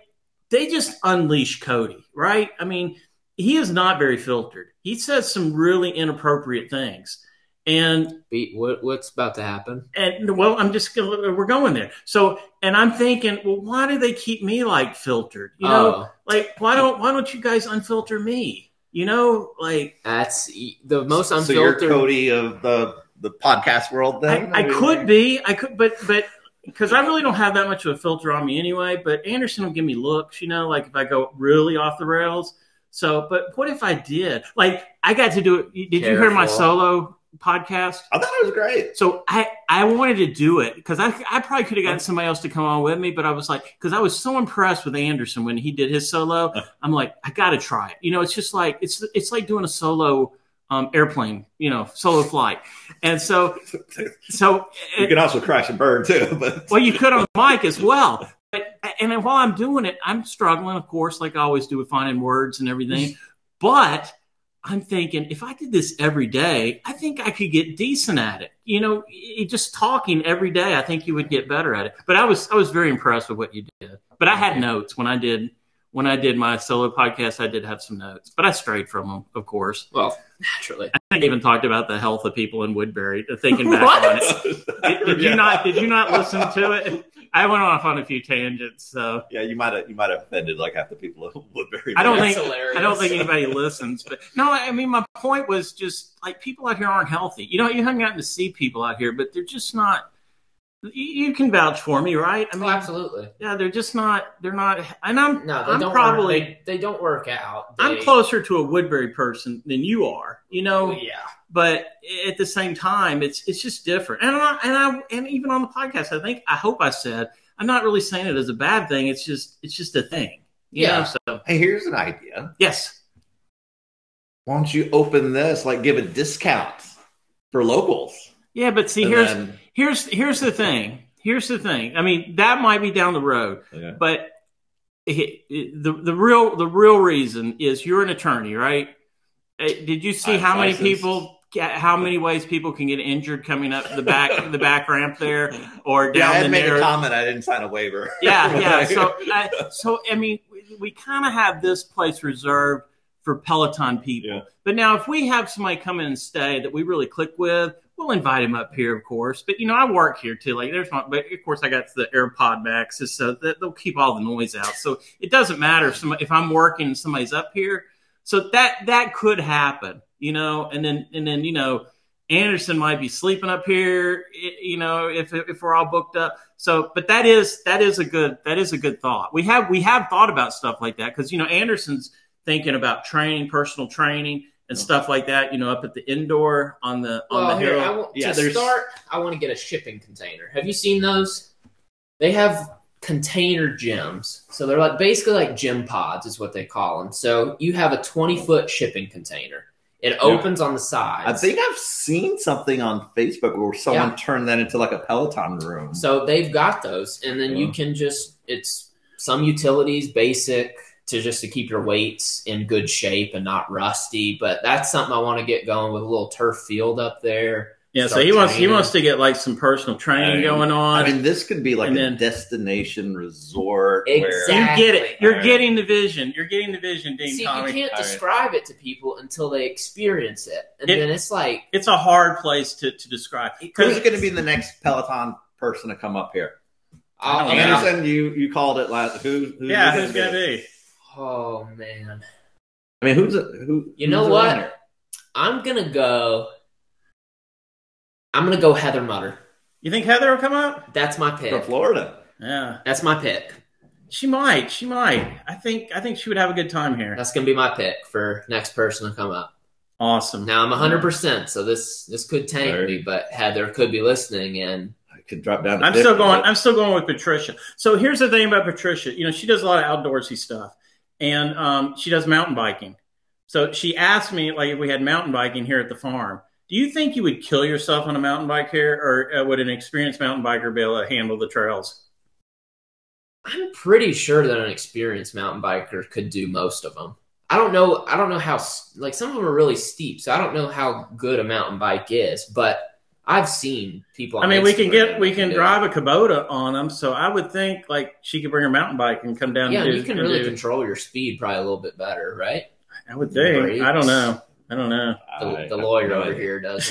they just unleash Cody, right? I mean, he is not very filtered. He says some really inappropriate things. And Be- what, what's about to happen? and well, I'm just gonna, we're going there. So, and I'm thinking, well, why do they keep me like filtered? You know, oh, like why don't why don't you guys unfilter me? You know, like that's e- the most So you're unfiltered. Cody of the the podcast world. Then I, I could be. I could, but but because I really don't have that much of a filter on me anyway. But Anderson will give me looks, you know, like if I go really off the rails. So, but what if I did? Like I got to do it. Did you hear my Careful. solo podcast? I thought it was great. So I I wanted to do it because I I probably could have gotten somebody else to come on with me, but I was like because I was so impressed with Anderson when he did his solo. I'm like I got to try it. You know, it's just like it's it's like doing a solo um, airplane, you know, solo flight. And so so You can also crash and burn too, but well, you could on the mic as well. But and then while I'm doing it, I'm struggling, of course, like I always do with finding words and everything. But I'm thinking if I did this every day, I think I could get decent at it. You know, y- just talking every day, I think you would get better at it. But I was I was very impressed with what you did. But I had notes when I did when I did my solo podcast. I did have some notes, but I strayed from them, of course. well, naturally. I even talked about the health of people in Woodbury. Thinking back on it, did, did Yeah. you not did you not listen to it i went off on a few tangents so Yeah, you might have you might have offended like half the people of Woodbury. I don't That's think- hilarious. i don't think anybody listens but no i mean my point was just like people out here aren't healthy you know you haven't gotten to see people out here but they're just not you, you can vouch for me right i Oh, mean absolutely. yeah they're just not they're not and i'm No, they i'm don't probably work, they, they don't work out. i'm They- Oh, closer to a woodbury person than you are you know Yeah. but at the same time, it's it's just different. And I, and I and even on the podcast, I think I hope I said I'm not really saying it as a bad thing. It's just it's just a thing. You Yeah. know? So Hey, here's an idea. yes, Why don't you open this? Like, give a discount for locals. Yeah, but see, And here's then- here's here's the thing. Here's the thing. I mean, that might be down the road, yeah. but it, it- the the real the real reason is you're an attorney, right? Uh, Did you see I'm how many licensed. people? How many ways people can get injured coming up the back the back ramp there or Yeah, I down the had made narrow? a comment. I didn't sign a waiver. yeah, yeah. So, I, so I mean, we, we kind of have this place reserved for Peloton people. Yeah. But now, if we have somebody come in and stay that we really click with, we'll invite him up here, of course. But you know, I work here too. Like, there's my, but of course, I got the AirPod Maxes, so that they'll keep all the noise out. So it doesn't matter if somebody, if I'm working and somebody's up here. So that that could happen, you know. And then and then you know. Anderson might be sleeping up here, i- you know, if if we're all booked up. So, but that is that is a good that is a good thought. We have we have thought about stuff like that because you know Anderson's thinking about training, personal training, and stuff like that. You know, up at the indoor on the on Well, the here, hill. I want, Yeah, to there's- start, I want to get a shipping container. Have you seen those? They have container gyms. So they're like basically like gym pods is what they call them. So you have a 20 foot shipping container. It opens on the I sides. think I've seen something on Facebook where someone turned that into like a Peloton room. so they've got those and then you Yeah. can just it's some utilities basic to just to keep your weights in good shape and not rusty, but that's something I want to get going with a little turf field up there. yeah, so start he wants he training. wants to get like some personal training I mean- going on. I mean, this could be like And a then- destination resort. Exactly. you get it. You're All right. getting the vision. You're getting the vision, Dean See, Tommy. you can't All right. describe it to people until they experience it, and It- then it's like, it's a hard place to, to describe. Where, 'Cause- who's going to be the next Peloton person to come up here? I oh don't know. man, Anderson, you you called it last. Who? who Yeah, who's who's gonna going to be? oh man, I mean, who's who? You know who's what? around here? I'm gonna go. I'm gonna go Heather Mutter. You think Heather will come up? That's my From pick. Florida. Yeah, That's my pick. she might. She might. I think. I think she would have a good time here. That's gonna be my pick for next person to come up. Awesome. Now I'm 100, percent so this this could tank Right. me, but Heather could be listening, and I could drop down. To I'm still 50, going. but I'm still going with Patricia. So here's the thing about Patricia. You know, she does a lot of outdoorsy stuff, and um, she does mountain biking. So she asked me like if we had mountain biking here at the farm. Do you think you would kill yourself on a mountain bike here, or uh, would an experienced mountain biker be able to handle the trails? I'm pretty sure that an experienced mountain biker could do most of them. I don't know. I don't know how s- like some of them are really steep, so I don't know how good a mountain bike is. But I've seen people. I On mean, we can Instagram get we can do it. drive a Kubota on them. So I would think like she could bring her mountain bike and come down. Yeah, and do, you can and really do- control your speed probably a little bit better, right? I would think. I don't know. I don't know. The, I- the I- lawyer no over idea. here does.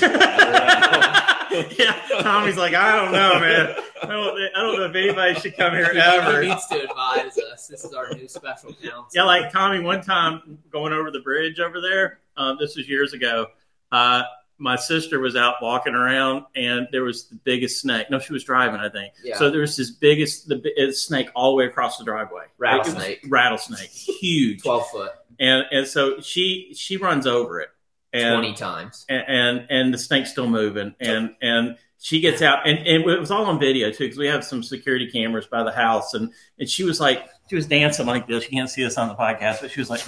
yeah, Tommy's like, I don't know, man. I don't, I don't know if anybody should come here He ever. needs to advise us. This is our new special counsel. Yeah, like Tommy, one time going over the bridge over there, um, this was years ago. Uh, my sister was out walking around, and there was the biggest snake. No, she was driving, I think. yeah, So there was this biggest the bi- uh, snake all the way across the driveway. Rattlesnake. It was- rattlesnake, huge. twelve foot, And and so she she runs over it, and twenty times. and and, and the snake's still moving and and she gets out and, and it was all on video too because we have some security cameras by the house and and she was like she was dancing like this you can't see this on the podcast but she was like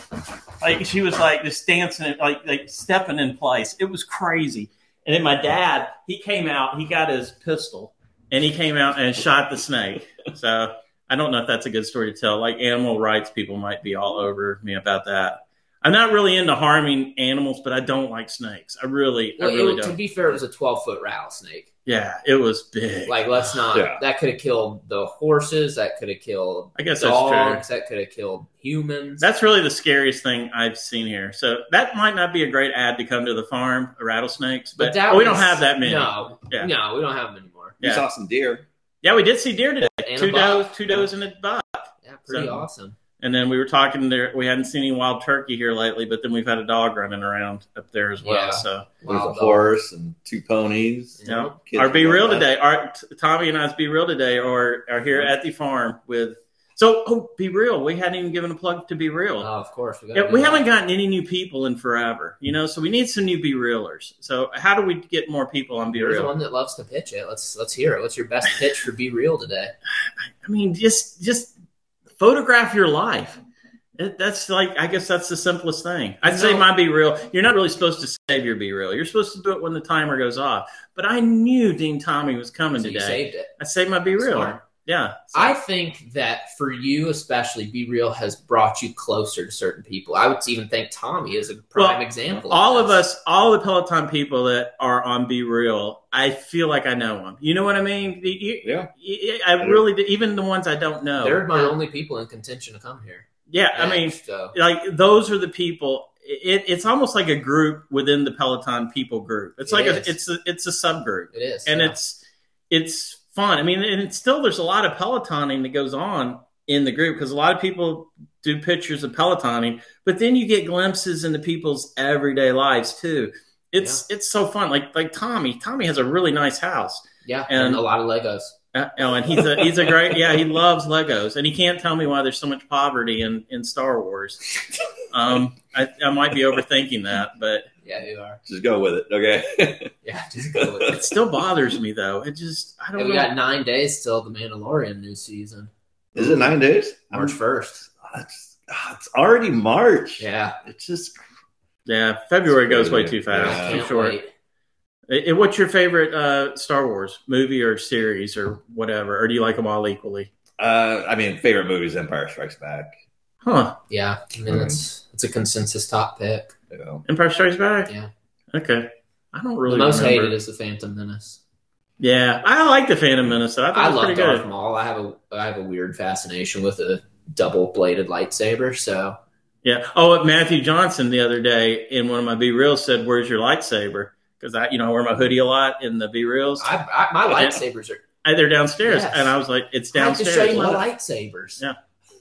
like she was like just dancing like like stepping in place it was crazy and then my dad he came out he got his pistol and he came out and shot the snake so i don't know if that's a good story to tell like animal rights people might be all over me about that i'm not really into harming animals but i don't like snakes i really Well, i it- really to don't be fair, it was a twelve foot rattlesnake. yeah it was big Like, let's not. Yeah. That could have killed the horses. That could have killed i guess that's true dogs. That could have killed humans. That's really the scariest thing I've seen here. So that might not be a great ad to come to the farm, rattlesnakes, but, that Oh, we don't was- have that many. No, Yeah. no, we don't have them anymore. You Yeah. saw some deer. Yeah, we did see deer today. And Two a buck. does, two does, and a buck. Yeah, pretty So- awesome. And then we were talking there. We hadn't seen any wild turkey here lately, but then we've had a dog running around up there as well. Yeah. So There's a Wild dog. horse and two ponies. Yeah. Yep. Kids our be love real that. today. Our T- Tommy and I's be real today, are are here at the farm with. So oh, be real. We hadn't even given a plug to be real. Oh, of course. We, gotta Yeah, do we that. haven't gotten any new people in forever, you know. So we need some new be realers. So how do we get more people on be You're the real? one that loves to pitch it. Let's let's hear it. What's your best pitch for Be Real today? I mean, just just photograph your life. It, that's like I guess that's the simplest thing. I'd I say know. my be real. You're not really supposed to save your be real. You're supposed to do it when the timer goes off. But I knew Dean Tommy was coming So you today. saved it. I saved my be real. Smart. Yeah. So- I think that for you especially, Be Real has brought you closer to certain people. I would even think Tommy is a prime Well, example. all of this. us, all the Peloton people that are on Be Real, I feel like I know them. You know what I mean? The- you- Yeah. you- I really, do- even the ones I don't know. They're my only people in contention to come here. yeah, I mean, so like those are the people. It, it's almost like a group within the Peloton people group. It's It like a, is. it's a, it's a subgroup. it is, and yeah. it's it's fun. I mean, and it's still there's a lot of pelotoning that goes on in the group because a lot of people do pictures of pelotoning, but then you get glimpses into people's everyday lives too. It's it's so fun. Like like Tommy, Tommy has a really nice house. yeah, and- and, a lot of Legos. Uh, oh, and he's a he's a great yeah. He loves Legos, and he can't tell me why there's so much poverty in in Star Wars. Um, I, I might be overthinking that, but Yeah, you are. Just go with it. Okay. Yeah, just go with it. it still bothers me though. It just I don't And know. we got nine days till the Mandalorian new season, Is it nine days? March Mm. first. Ah, It's, ah, it's already March. Yeah, It's just yeah, February goes way too Yeah. I fast. can't too short. wait. I- I- Uh, what's your favorite uh, Star Wars movie or series or whatever? Or do you like them all equally? uh I mean favorite movies Empire Strikes Back. Huh? Yeah, I mean Mm-hmm. Mhm. it's it's a consensus top pick. You know. Empire Strikes Back. Yeah. Okay. I don't The really. most remember. hated is the Phantom Menace. Yeah, I like the Phantom Menace. though. I thought I it was love pretty good. Darth Maul. I have a I have a weird fascination with a double bladed lightsaber. So Yeah. Oh, Matthew Johnson the other day in one of my B reels said, "Where's your lightsaber?" Because I, you know, I wear my hoodie a lot in the B reels. I, I, my Yeah. lightsabers are. I- They're downstairs, Yes. and I was like, "It's I have to show downstairs." you my lightsabers. Yeah.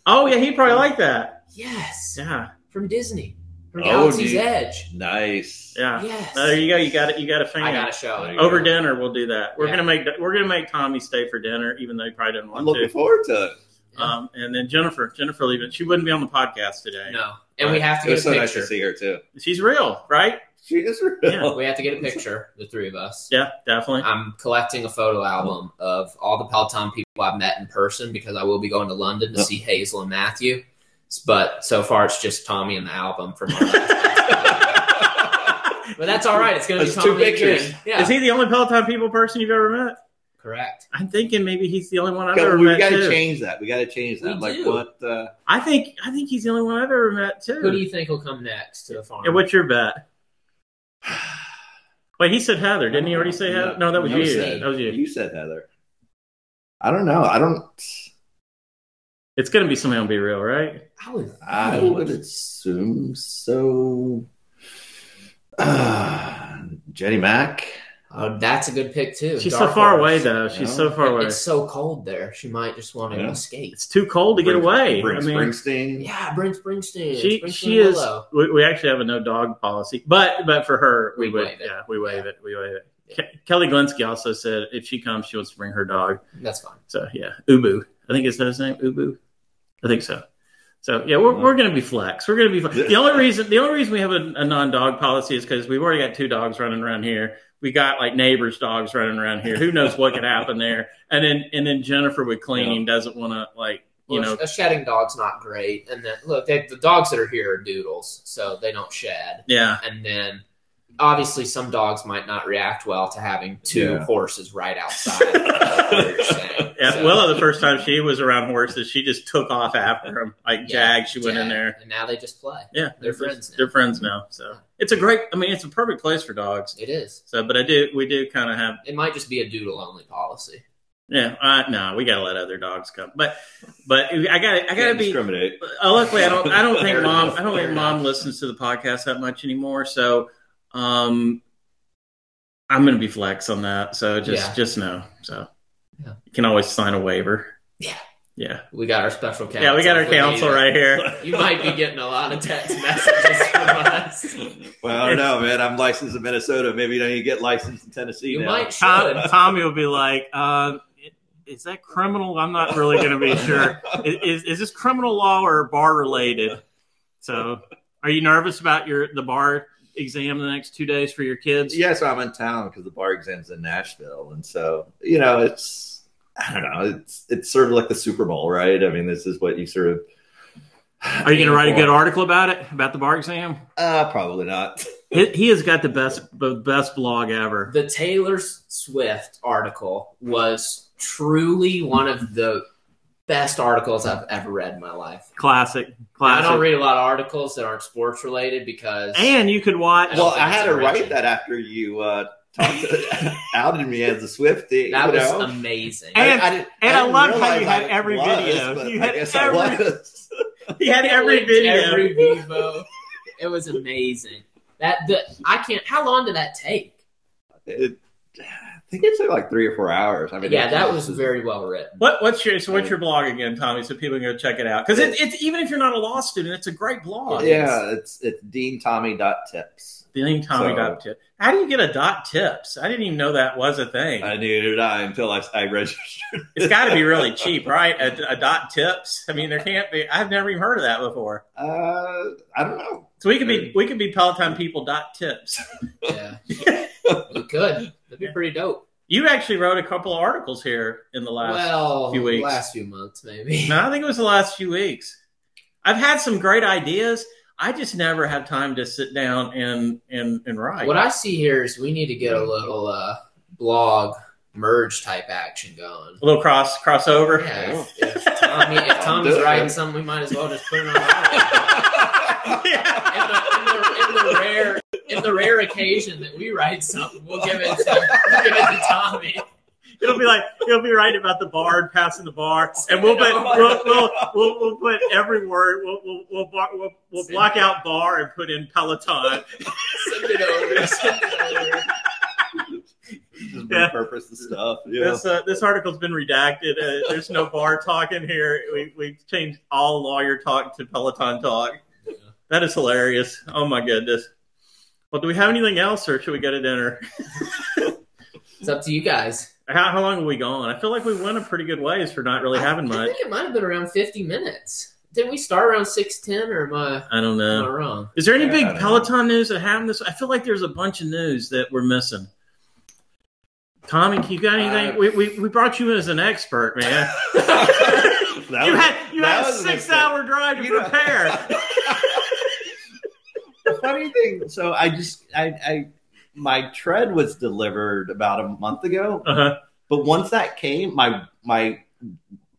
oh yeah, he probably liked that. Yes, Yeah, from Disney, from Oh, Galaxy's dude. Edge. Nice. yeah. Yes. There you go. You got it. You got a finger. I gotta show it. Over dinner, we'll do that. We're Yeah. gonna make we're gonna make Tommy stay for dinner, even though he probably doesn't I'm want looking to. forward to it. Um, and then Jennifer, Jennifer Levin, she wouldn't be on the podcast today. No, and we have to it get a was so picture. nice to see her too. She's real, right? She is real. Yeah. We have to get a picture, the three of us. Yeah, definitely. I'm collecting a photo album of all the Peloton people I've met in person because I will be going to London to Yeah. see Hazel and Matthew. But so far, it's just Tommy and the album from. Our last but that's all right. It's going to be That's Tommy two and Jake. pictures. Yeah, Is he the only Peloton people person you've ever met? correct. I'm thinking maybe he's the only one I've Got- ever we met got too. to change that. We got to change that. We I'm like do. what? Uh, I think I think he's the only one I've ever met too. Who do you think will come next to the farm? and what's your bet? Wait, he said Heather, didn't he already say No, Heather? No, that was you you. Said, that was you. You said Heather. I don't know. I don't. It's gonna be somebody on Be Real, right? I would. I think- would assume so. Uh, Jenny Mack. Oh, that's a good pick too. She's Dark so far Horse. away though. She's so far away. It's so cold there. She might just want to Yeah. escape. It's too cold to get Bruce- away. Bruce I mean, Springsteen. Yeah, Brent Springsteen. she Springsteen she is. Willow. We, we actually have a no dog policy, but but for her, we, We would. waive it. Yeah, we waive it. We waive it. Ke- Kelly Glinsky also said if she comes, she wants to bring her dog. That's fine. So yeah, Ubu. I think is that his name. Ubu. I think so. So yeah, we're, we're going to be flex. We're going to be flex. the only reason the only reason we have a, a non dog policy is because we've already got two dogs running around here. We got like neighbors' dogs running around here. Who knows what could happen there? And then and then Jennifer with cleaning doesn't want to like you Well, know a shedding dog's not great. And then look, they, the dogs that are here are doodles, so they don't shed. yeah And then obviously some dogs might not react well to having two Yeah. horses right outside. of what you're saying. Yeah, So, Willow, the first time she was around horses, she just took off after him. Like yeah, Jag, she went in jag. there. and now they just play. Yeah, They're friends now. They're friends now. So it's a great. I mean, it's a perfect place for dogs. It is. So, but I do. We do kind of have. It might just be a doodle only policy. Yeah. Uh, no, we gotta let other dogs come. But, but I gotta. I gotta Can't be. discriminate. Uh, luckily, I don't. I don't think Fair mom. enough. I don't Fair think mom enough. listens to the podcast that much anymore. So, um, I'm gonna be flex on that. So just Yeah. just know. So Yeah. you can always sign a waiver. Yeah. Yeah. We got our special counsel. Yeah, we got our if need counsel it. right here. You might be getting a lot of text messages from us. Well, I don't know, man. I'm licensed in Minnesota. Maybe you don't even get licensed in Tennessee You now. might should. Tom, Tommy will be like, uh, "Is that criminal? I'm not really going to be sure. Is, is is this criminal law or bar related?" So, are you nervous about your the bar exam the next two days for your kids? Yeah, so I'm in town because the bar exam's in Nashville, and so you know, it's I don't know, it's it's sort of like the Super Bowl, right? I mean, this is what you sort of Are you going to write a good article about it about the bar exam? Uh, probably not. He, he has got the best the best blog ever. The Taylor Swift article was truly one of the best articles I've ever read in my life. Classic, I classic. don't read a lot of articles that aren't sports related because and you could watch. I don't well, think I had it's to original. write that after you uh, talked to, outed me as a Swifty. that you was know? amazing. And- didn't- and I didn't love how realize you had I every was, video. but You I had guess I every- was. he had It every linked video. every Vivo. it was amazing. That the I can't. How long did that take? It, I think it took like three or four hours. I mean, yeah, it that was very well written. What, what's your so what's your blog again, Tommy? So people can go check it out because it, it's even if you're not a law student, it's a great blog. Yeah, it's it's deantommy.tips. Being Tommy So- dot tip. How do you get a dot tips? I didn't even know that was a thing. I knew I until I, I registered. it's got to be really cheap, right? A, a dot tips. I mean, there can't be. I've never even heard of that before. Uh, I don't know. So we could be we could be Peloton people dot tips. Yeah, you could. That'd be pretty dope. You actually wrote a couple of articles here in the last. well, few weeks. last few months maybe. No, I think it was the last few weeks. I've had some great ideas. I just never have time to sit down and and and write. What I see here is we need to get a little uh, blog merge type action going. a little cross crossover. Yeah, if, if Tommy, if Tom's Do it, writing man. something, we might as well just put it on. Our Yeah. in, the, in, the, in the rare in the rare occasion that we write something, we'll give it to, we'll give it to Tommy. It'll be like you'll be right about the bar and passing the bar, and we'll put we'll we'll, we'll, we'll put every word we'll we'll we'll, bar, we'll we'll block out bar and put in Peloton. Send it over. Send it over. Just Yeah. repurpose the stuff. Yeah. This uh, this article's been redacted. Uh, there's no bar talk in here. We we've changed all lawyer talk to Peloton talk. That is hilarious. Oh my goodness. Well, do we have anything else, or should we go to dinner? It's up to you guys. How, how long have we gone? I feel like we went a pretty good ways for not really having I much. think it might have been around fifty minutes. Did we start around six ten or am I, I don't am I know. wrong? Is there any Yeah, I big don't Peloton news that happened this? I feel like there's a bunch of news that we're missing. Tommy, you got anything? Uh, we, we we brought you in as an expert, man. That you was- had you that had a was an six hour drive to You know- prepare. the funny thing, so I just I, I my tread was delivered about a month ago, Uh-huh. but once that came, my my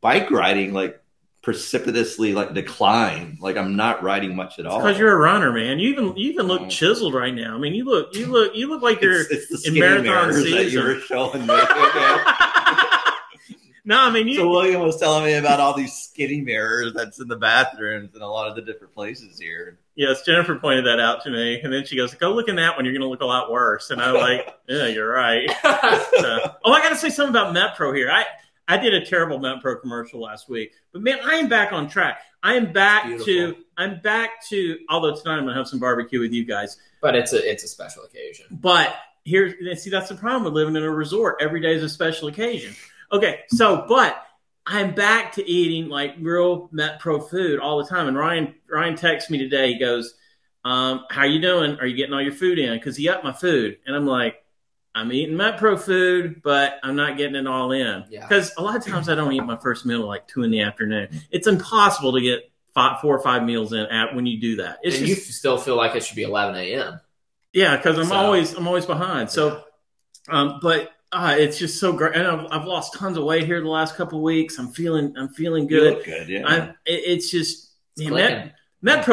bike riding like precipitously like declined. Like I'm not riding much at all. Because you're a runner, man. You even you even look Mm. chiseled right now. I mean, you look you look you look like you're it's, it's the in skinny marathon mirrors that you season. were showing me. Okay. no, I mean you. So William was telling me about all these skinny mirrors that's in the bathrooms and a lot of the different places here. yes, Jennifer pointed that out to me, and then she goes, "Go look in that one. You're going to look a lot worse." And I'm like, "Yeah, you're right." So- oh, I got to say something about MetPro here. I I did a terrible MetPro commercial last week, but man, I am back on track. I am back to Beautiful. I'm back to. Although tonight I'm going to have some barbecue with you guys. But it's a it's a special occasion. But here's and see that's the problem with living in a resort. Every day is a special occasion. Okay, so but I'm back to eating like real Met Pro food all the time. And Ryan Ryan texts me today. He goes, um, "How you doing? Are you getting all your food in?" Because he upped my food, and I'm like, "I'm eating Met Pro food, but I'm not getting it all in." Yeah. Because a lot of times I don't eat my first meal till like two in the afternoon. It's impossible to get five, four or five meals in at when you do that. It's and just, you still feel like it should be eleven a.m. yeah, because I'm So- always I'm always behind. So, um, but uh, it's just so great, and I've, I've lost tons of weight here the last couple of weeks. I'm feeling I'm feeling You good. look good, yeah. I'm, it, it's just man, Met, Clicking.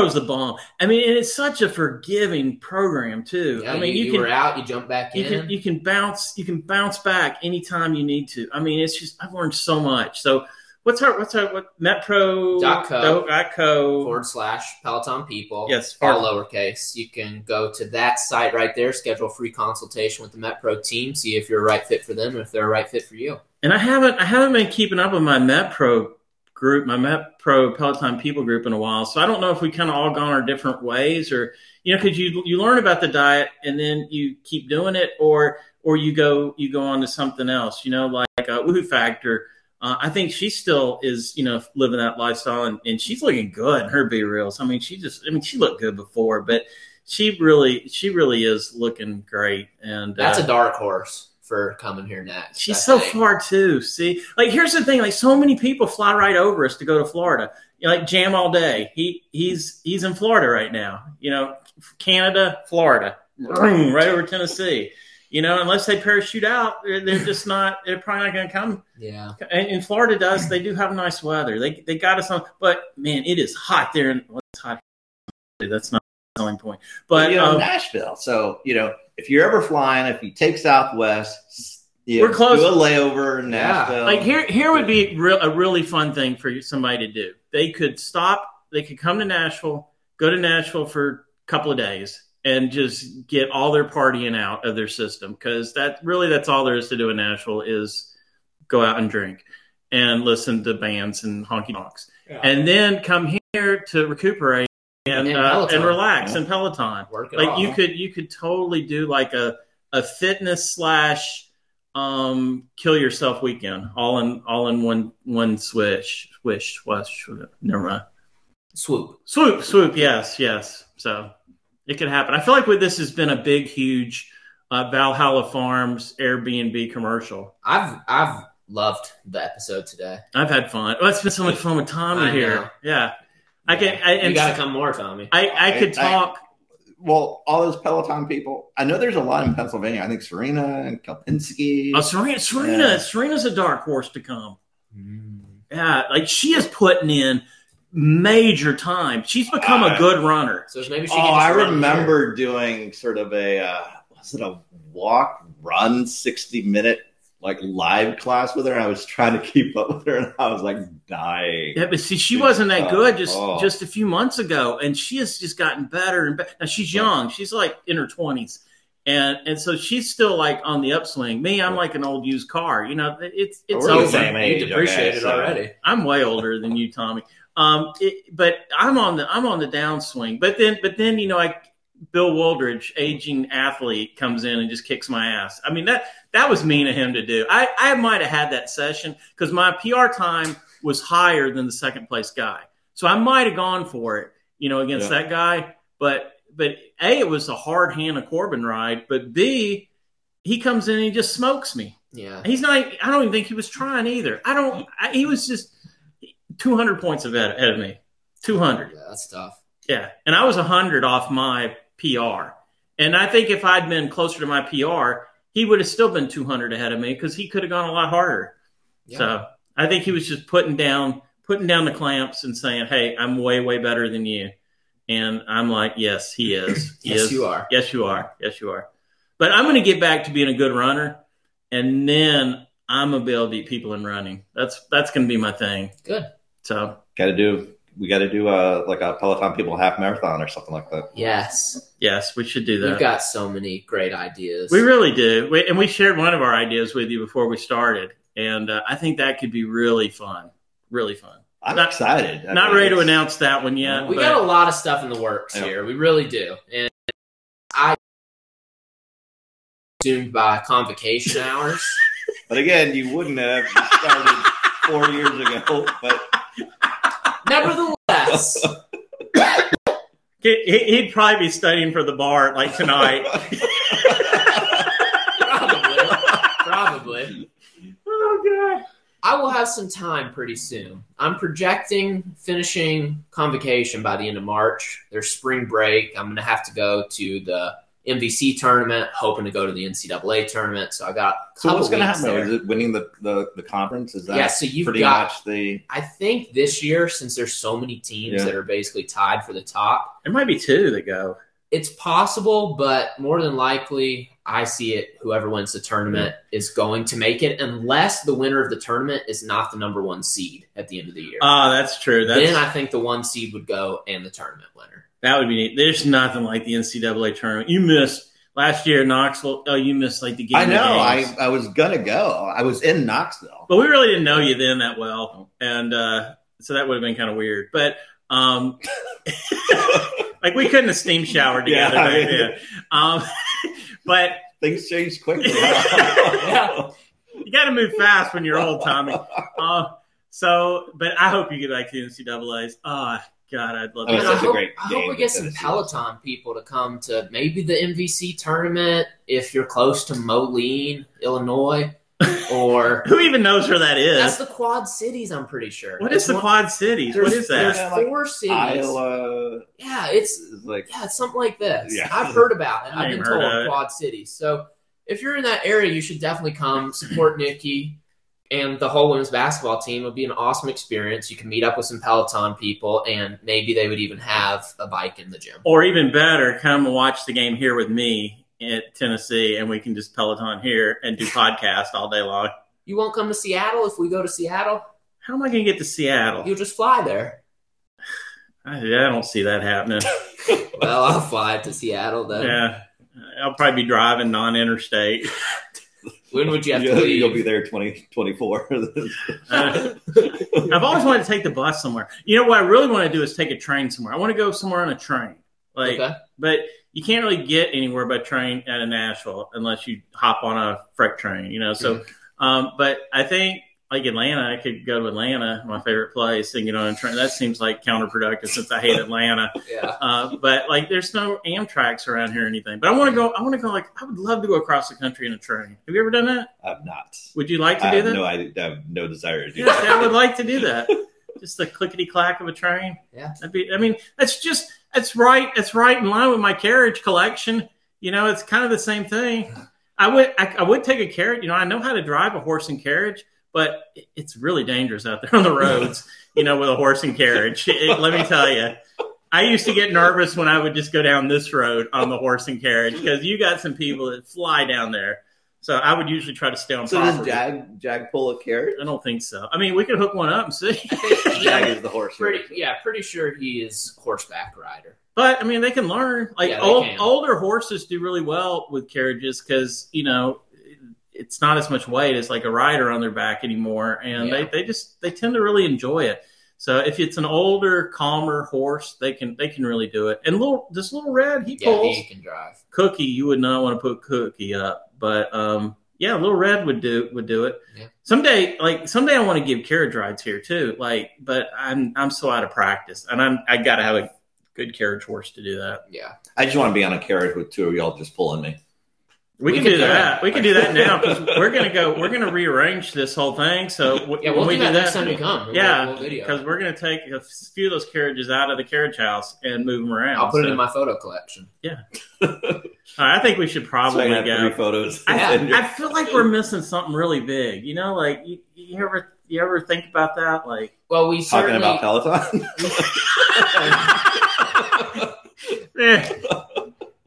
MetPro's the bomb. I mean, and it's such a forgiving program too. Yeah, I mean, you, you, you can were out, you jump back you in. can you can bounce you can bounce back anytime you need to. I mean, it's just I've learned so much. So. What's our what's our what MetPro Dot co. dot co. forward slash Peloton people. yes all lowercase. You can go to that site right there, schedule a free consultation with the Met Pro team, see if you're a right fit for them, if they're a right fit for you. And I haven't I haven't been keeping up with my MetPro group, my MetPro Peloton people group in a while. So I don't know if we kind of all gone our different ways, or you know, because you you learn about the diet and then you keep doing it, or or you go you go on to something else. You know, like uh, Woo Factor. Uh, I think she still is, you know, living that lifestyle, and, and she's looking good in her B reels. I mean, she just, I mean, she looked good before, but she really, she really is looking great. And That's uh, a dark horse for coming here next. She's I so think. far too. See, like here's the thing: like so many people fly right over us to go to Florida. you know, like jam all day. He he's he's in Florida right now. You know, Canada, Florida, vroom, right over Tennessee. You know, unless they parachute out, they're, they're just not. They're probably not going to come. Yeah. And, and Florida does. They do have nice weather. They they got us on, but man, it is hot there. And well, it's hot. That's not a selling point. But you know, um, Nashville. So you know, if you're ever flying, if you take Southwest, you We're know, close. Do a layover in Yeah. Nashville. Um, like here here would be real, a really fun thing for somebody to do they could stop they could come to nashville go to nashville for a couple of days and just get all their partying out of their system because that really that's all there is to do in nashville is go out and drink and listen to bands and honky tonks Yeah. and then come here to recuperate and, And uh, Peloton. and relax Yeah. and peloton Work it like off. you could you could totally do like a a fitness slash um kill yourself weekend all in all in one one swish swish swish never mind swoop. swoop swoop yes yes so it could happen i feel like with this has been a big huge uh, valhalla farms airbnb commercial I've I've loved the episode today. i've had fun oh it's been so much fun with tommy I here know. yeah i can I, you and gotta come more, Tommy. I, I could I- I- talk well, all those Peloton people. I know there's a lot in Pennsylvania. I think Serena and Kelpinski. oh, serena serena Yeah. serena's a dark horse to come Mm. Yeah, like she is putting in major time. She's become a Uh, good runner. So maybe she. Oh, can just I run here. remember doing sort of a uh, was it a walk run sixty minute like live class with her, and I was trying to keep up with her, and I was like dying. Yeah, but see, she wasn't that good just Oh. just a few months ago, and she has just gotten better and better. Now she's young; she's like in her twenties, and and so she's still like on the upswing. Me, I'm like an old used car. You know, it's it's Oh, We're the over. same age, You depreciated okay, so- already. I'm way older than you, Tommy. Um, it, but I'm on the I'm on the downswing. But then but then you know I Bill Wooldridge, aging athlete, comes in and just kicks my ass. I mean that that was mean of him to do. I I might have had that session because my PR time was higher than the second place guy, so I might have gone for it. You know against that guy, but but a it was a hard hand of Corbin ride, but b he comes in and he just smokes me. Yeah. He's not. I don't even think he was trying either. I don't. I, he was just 200 points ahead, ahead of me. 200. Yeah, that's tough. Yeah, and I was 100 off my PR. And I think if I'd been closer to my PR, he would have still been 200 ahead of me because he could have gone a lot harder. Yeah. So I think he was just putting down putting down the clamps and saying, "Hey, I'm way way better than you." And I'm like, "Yes, he is. He yes, is. you are. Yes, you are. Yes, you are. But I'm going to get back to being a good runner, and then I'm gonna be able to beat people in running. That's that's going to be my thing. Good. So Got to do. We got to do a like a Peloton people half marathon or something like that. Yes. yes, we should do We've that. got so many great ideas. we really do. We, and we shared one of our ideas with you before we started, and uh, I think that could be really fun. Really fun. I'm Not- excited. I Not mean, ready to it's- announce that one yet. we but- got a lot of stuff in the works Yeah. here. We really do. And I consumed by convocation hours. But again, you wouldn't have. You started four years ago, but Nevertheless, He- he- He'd probably be studying for the bar like tonight. probably, probably, oh god. I will have some time pretty soon. I'm projecting finishing convocation by the end of March. There's spring break. I'm going to have to go to the MVC tournament, hoping to go to the NCAA tournament. So I got. A so what's going to happen? though? Is it winning the, the the conference? Is that Yeah, so you've pretty got much the I think this year, since there's so many teams Yeah. that are basically tied for the top, There might be two that go. it's possible, but more than likely, I see it. Whoever wins the tournament is going to make it, unless the winner of the tournament is not the number one seed at the end of the year. Ah, that's true. That's then I think the one seed would go and the tournament winner. That would be neat. There's nothing like the NCAA tournament. You missed last year in Knoxville. Oh, you missed like the game. I know. of I, games. I was gonna go. I was in Knoxville. but we really didn't know you then that well, Oh. and uh, so that would have been kind of weird. But um, like we couldn't have steam showered Yeah, together. back I mean- then. Um, but Things changed quickly. Yeah. you got to move fast when you're old, Tommy. Uh, so, but I hope you get back to the NCAA's. Oh God, I'd love That was And I such a to. hope- great I game hope we with get some Tennessee. Peloton people to come to maybe the MVC tournament if you're close to Moline, Illinois. or Who even knows where that that's is? the Quad Cities. I'm pretty sure. What is It's the one- Quad Cities? What There's, is there's that? Yeah, like four cities. Iowa Yeah, it's is like yeah, it's something like this. Yeah. I've heard about it. I I've been ain't heard told of it. Quad Cities. So if you're in that area, you should definitely come support Nikki and the whole women's basketball team. It would be an awesome experience. You can meet up with some Peloton people, and maybe they would even have a bike in the gym. Or even better, come and watch the game here with me in Tennessee, and we can just Peloton here and do podcast all day long. You won't come to Seattle if we go to Seattle. How am I going to get to Seattle? You'll just fly there. I, I don't see that happening. Well, I'll fly to Seattle then. Yeah, I'll probably be driving non-interstate. When would you have you'll, to leave? you'll be there 2024. Uh, I've always wanted to take the bus somewhere. You know what I really want to do is take a train somewhere. I want to go somewhere on a train. Like, okay. but you can't really get anywhere by train out of Nashville unless you hop on a freight train. You know, so. Um, but I think like Atlanta, I could go to Atlanta, my favorite place, and get on a train. That seems like counterproductive since I hate Atlanta. Yeah. Uh, but like, there's no Amtrak's around here or anything. But I want to go. I want to go. Like, I would love to go across the country in a train. Have you ever done that? I'm not. Would you like to I do have that? no idea. I have no desire to do Yes, I that. would like to do that. Just the clickety clack of a train. Yeah. That'd be, I mean, that's just that's right. That's right in line with my carriage collection. You know, it's kind of the same thing. I would I, I would take a carriage. You know, I know how to drive a horse and carriage, but it- it's really dangerous out there on the roads. you know, with a horse and carriage. It- let me tell you. I used to get nervous when I would just go down this road on the horse and carriage because you got some people that fly down there. So I would usually try to stay on So does property. Jag Jag pull a carrot? I don't think so. I mean, we could hook one up and see. Jag is the horse. Pretty. Yeah. Pretty sure he is horseback rider. But I mean, they can learn. Like Yeah, they old, can. older horses do really well with carriages because you know it's not as much weight as like a rider on their back anymore, and Yeah. they, they just they tend to really enjoy it. So if it's an older, calmer horse, they can they can really do it. And little this little red, he Yeah, pulls he can drive. cookie. You would not want to put cookie up, but um, yeah, little red would do would do it. Yeah. Someday, like someday, I want to give carriage rides here too. Like, but I'm I'm so out of practice, and I'm I gotta have a good carriage horse to do that. Yeah. I just want to be on a carriage with two of y'all just pulling me. We, We can, can do do that. We can do that now because we're gonna go. We're gonna rearrange this whole thing. So w- Yeah, we'll do, when we that, next time you come. We'll do Yeah, a little video. because we're gonna take a few of those carriages out of the carriage house and move them around. I'll put So- it in my photo collection. All right, I think we should probably so I have go. three photos. I, And you're- I feel like we're missing something really big. You know, like you, you ever you ever think about that? Like Well, we talking certainly about Peloton. eh.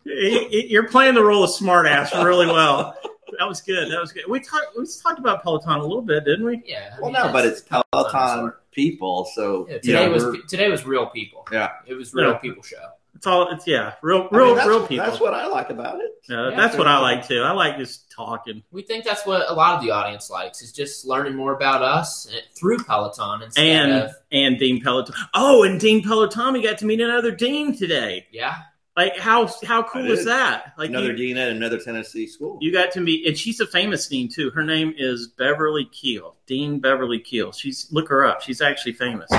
You- you- you're playing the role of smartass really well. That was good. That was good. We talked we talked about Peloton a little bit, didn't we? yeah. I well, mean, no, but that's- it's Peloton people, so yeah, you know, today was we're- today was real people. Yeah. it was real Yeah. people show. It's all it's yeah, real I mean, real that's- real people. That's what I like about it. Uh, Yeah, that's what I that's- like too. I like just talking. We think that's what a lot of the audience likes is just learning more about us eh, through Peloton instead And of and Dean Peloton. Oh, and Dean Peloton. We got to meet another Dean today. yeah. Like how how cool I is did. that? Like you- another Dean at another Tennessee school. You got to meet, and she's a famous dean too. Her name is Beverly Keel, Dean Beverly Keel. She's look her up. She's actually famous,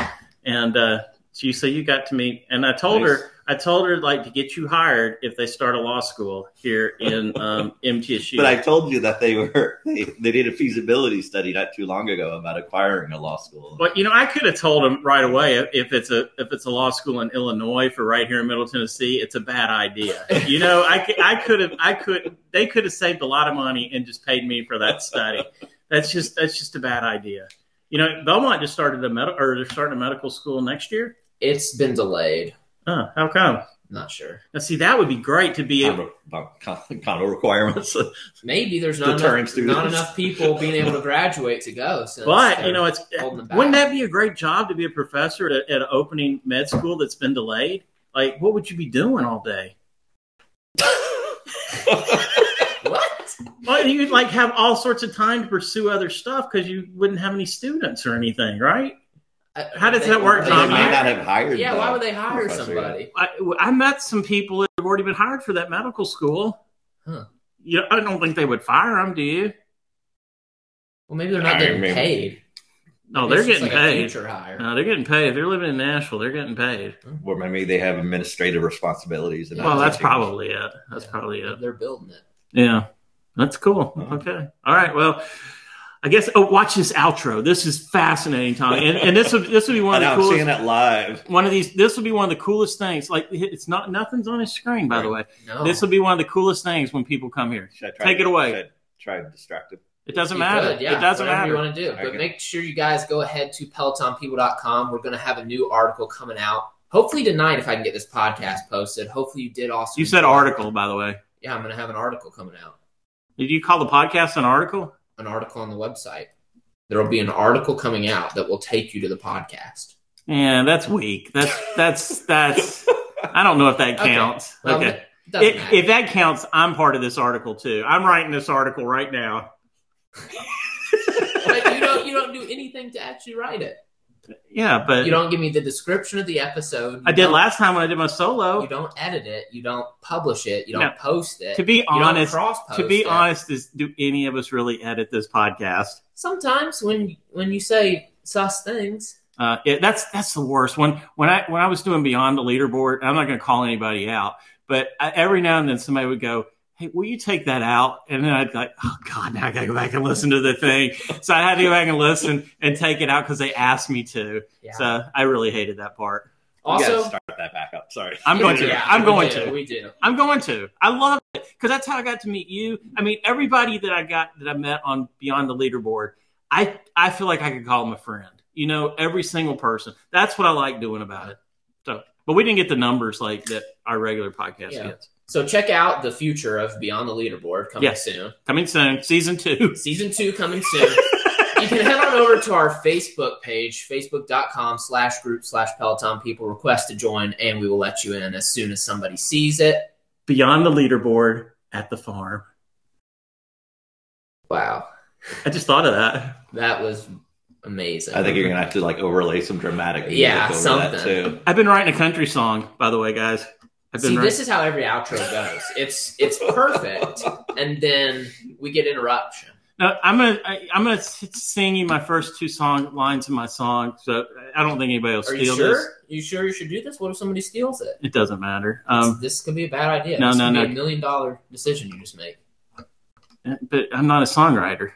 and uh, she so you got to meet. And I told Nice. her, I told her like to get you hired if they start a law school here in um, MTSU. but I told you that they were they, they did a feasibility study not too long ago about acquiring a law school. Well, you know, I could have told them right away if- if it's a if it's a law school in Illinois for right here in Middle Tennessee, it's a bad idea. You know, I could, I could have I could they could have saved a lot of money and just paid me for that study. That's just that's just a bad idea. You know, Belmont just started a medical or they're starting a medical school next year. It's been delayed. Huh, how come? Not sure. Now, see, that would be great to be able. Condo, con- condo requirements. Maybe there's not Deterring enough, students. not enough people being able to graduate to go. Since But they're- you know, it's holding them back. wouldn't that be a great job to be a professor at, at an opening med school that's been delayed? Like, what would you be doing all day? what? Well, you'd like have all sorts of time to pursue other stuff because you wouldn't have any students or anything, right? How does They- that work, they they Tom? may hire- not have hired. Yeah, the why would they hire professor yet. somebody? I, I met some people that have already been hired for that medical school. Huh. You know, I don't think they would fire them, do you? Well, maybe they're not I getting mean- paid. No, Oh, they're It's just getting like a paid. Oh, future hire. No, they're getting paid. If they're living in Nashville, they're getting paid. Or maybe they have administrative responsibilities. and not Well, that's teaching. probably it. That's probably it. They're building it. Yeah. That's cool. Uh-huh. Okay. All right. Well, I guess. Oh, watch this outro. This is fascinating, Tommy. And, and this would this would be one And of the I'm coolest. seeing it live. One of these. This would be one of the coolest things. Like it's not nothing's on his screen, by the way. No, This will be one of the coolest things when people come here. Should I try Take to- it away. should I try to distract him? It doesn't You matter. could, yeah, it doesn't whatever matter. you want to do. I But can- make sure you guys go ahead to pelotonpeople.com. We're going to have a new article coming out. Hopefully tonight, if I can get this podcast posted. Hopefully you did also. you said article, by the way. Yeah, I'm going to have an article coming out. Did you call the podcast an article? An article on the website. There will be an article coming out that will take you to the podcast. Yeah, that's weak. That's that's that's. I don't know if that Okay. counts. Um, Okay. it doesn't If- matter. if that counts, I'm part of this article too. I'm writing this article right now. But you don't. You don't do anything to actually write it. Yeah, but You don't give me the description of the episode. You Uh, I did don't- last time when I did my You solo. don't edit it. You don't publish it. You don't Oh. No. post it. To be you don't honest, cross-post to be it. honest, is do any of us really edit this podcast? sometimes when when you say sus things, Uh, it, that's that's the worst. When when I when I was doing Beyond the Leaderboard, I'm not going to call anybody out, but I, every now and then somebody would go, "Hey, will you take that out?" And then I'd be like, "Oh God, now I got to go back and listen to the thing." so I had to go back and listen and take it out because they asked me to. yeah. So I really hated that part. We gotta also, start that back up. Sorry. I'm going to. Yeah, I'm we going do, to. We do. I'm going to. I love it because that's how I got to meet you. I mean, everybody that I got that I met on Beyond the Leaderboard, I I feel like I could call them a friend. You know, every single person. That's what I like doing about it. So, but we didn't get the numbers like that our regular podcast Yeah. gets. So check out the future of Beyond the Leaderboard coming Yes. soon. Coming soon, season two. Season two coming soon. you can head on over to our Facebook page, facebook.com slash group slash Peloton people request to join, and we will let you in as soon as somebody sees it. Beyond the Leaderboard at the farm. Wow. I just thought of that. That was amazing. I think you're gonna have to like overlay some dramatic music Yeah, over that something. too. I've been writing a country song, by the way, guys. I've been See, writing- this is how every outro goes. It's it's perfect, and then we get interruption. No, I'm gonna I, I'm gonna s- sing you my first two song lines in my song. So I don't think anybody will Are steal you sure? this. You sure you should do this? What if somebody steals it? It doesn't matter. Um, this could be a bad idea. No, this no, could no. Be a million dollar decision you just make. but I'm not a songwriter.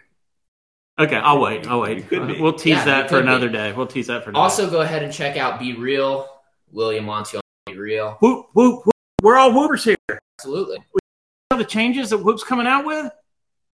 Okay, I'll wait. I'll wait. You could be. We'll tease Yeah, you that for could another be. day. We'll tease that for another Also, go ahead and check out Be Real, William Monty on Be Real. whoop whoop whoop. We're all whoopers here. Absolutely, The changes that whoop's coming out with,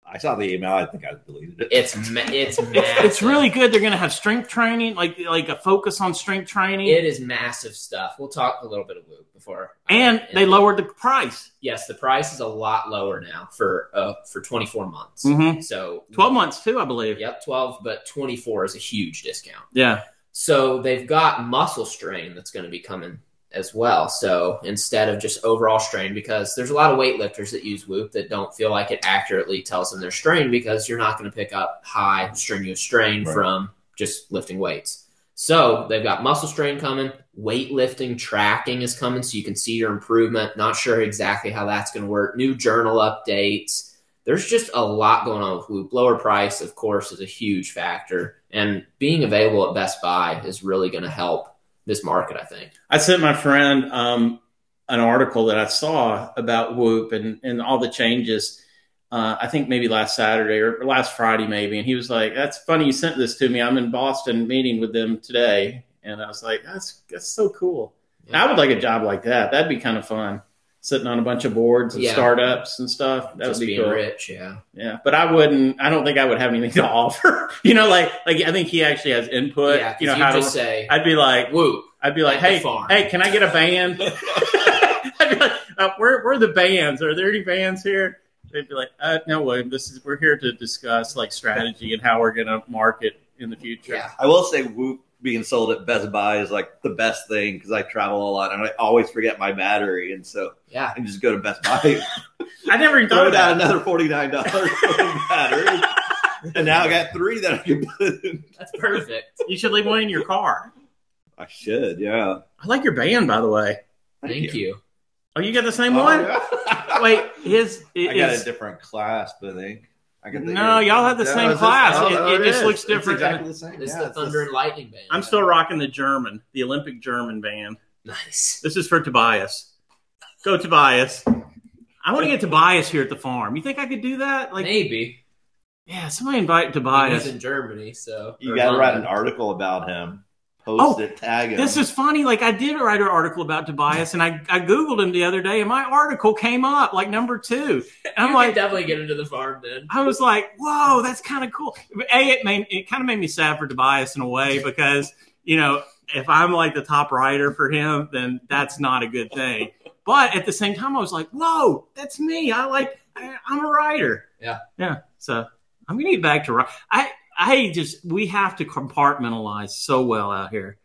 I saw the email. I think I deleted it. it's ma- it's massive. it's, it's really good. They're gonna have strength training, like like a focus on strength training, it is massive stuff. We'll talk a little bit of Whoop before. and they lowered the price. yes, the price is a lot lower now for uh, for twenty four months. Mhm. So Twelve months too, I believe. Yep, twelve, but twenty four is a huge discount. Yeah. So they've got muscle strain that's going to be coming as well. So instead of just overall strain, because there's a lot of weightlifters that use Whoop that don't feel like it accurately tells them they're strained because you're not going to pick up high strenuous strain Right. from just lifting weights. So they've got muscle strain coming, weightlifting tracking is coming, so you can see your improvement. Not sure exactly how that's going to work. New journal updates there's just a lot going on with Whoop. Lower price, of course, is a huge factor, and being available at Best Buy is really going to help this market. I think. I sent my friend um, an article that I saw about Whoop and, and all the changes. Uh, I think maybe last Saturday or last Friday, maybe. And he was like, "That's funny you sent this to me. I'm in Boston meeting with them today." And I was like, "That's that's so cool. And I would like a job like that. That'd be kind of fun, sitting on a bunch of boards and Yeah. startups and stuff. That Just would be being cool." rich, yeah. Yeah, but I wouldn't. I don't think I would have anything to offer. you know, like like I think he actually has input. yeah, 'cause you know you how to. just say I'd be like, Whoop. I'd be like, At the hey, farm. hey, can I get a band? I'd be like, uh, where, where are the bands? Are there any bands here? They'd be like, uh, no, William, this is we're here to discuss like strategy and how we're going to market in the future. Yeah, I will say Whoop being sold at Best Buy is like the best thing because I travel a lot and I always forget my battery, and so yeah. I can just go to Best Buy, I never even thought throw of that. down another forty nine dollars battery, and now I got three that I can put. in. That's perfect. You should leave one in your car. I should, yeah. I like your band, by the way. Thank you. Oh, you got the same Oh, one? yeah. Wait, his it I got is- a different clasp, I think. I got No, y'all had the same it's clasp. oh, It- oh, it just is. looks It's different than- exactly the same. It's yeah, the it's Thunder and Lightning Band. I'm still rocking the German, the Olympic German band. nice. This is for Tobias. Go Tobias. I want to get Tobias here at the farm. You think I could do that? Like Maybe Yeah, somebody invite He was Tobias. in Germany, so You or got to write an London. article about him. Oh, Post it, tag him. This is funny. Like I did write an article about Tobias, and I, I googled him the other day, and my article came up like number two. And You I'm could like, definitely get into the farm then. I was like, whoa, that's kind of cool. A, it made it kind of made me sad for Tobias in a way because you know if I'm like the top writer for him, then that's not a good thing. But at the same time, I was like, whoa, that's me. I like I, I'm a writer. Yeah. yeah. So I'm gonna get back to wri- I I just we have to compartmentalize so well out here.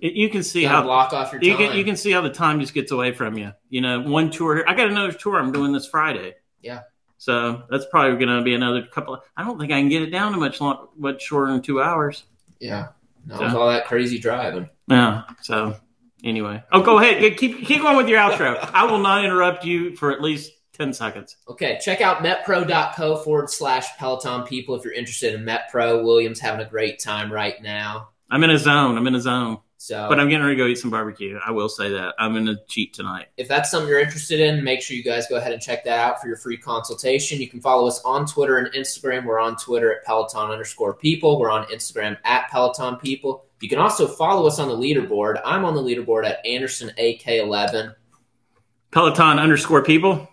It, you can see You how gotta block off your time. you can you can see how the time just gets away from you. You know, one tour here. I got another tour I'm doing this Friday. Yeah. So that's probably going to be another couple. Of, I don't think I can get it down to much long, much shorter than two hours. yeah, not with all that crazy driving. Yeah. So anyway, oh, go ahead. Good. Keep keep going with your outro. I will not interrupt you for at least ten seconds. Okay, check out metpro.co forward slash Peloton people if you're interested in MetPro. William's having a great time right now. I'm in a zone. I'm in a zone. So But I'm getting ready to go eat some barbecue. I will say that I'm in a cheat tonight. if that's something you're interested in, make sure you guys go ahead and check that out for your free consultation. You can follow us on Twitter and Instagram. We're on Twitter at Peloton underscore people. We're on Instagram at Peloton people. You can also follow us on the leaderboard. I'm on the leaderboard at Anderson AK11. Peloton underscore people.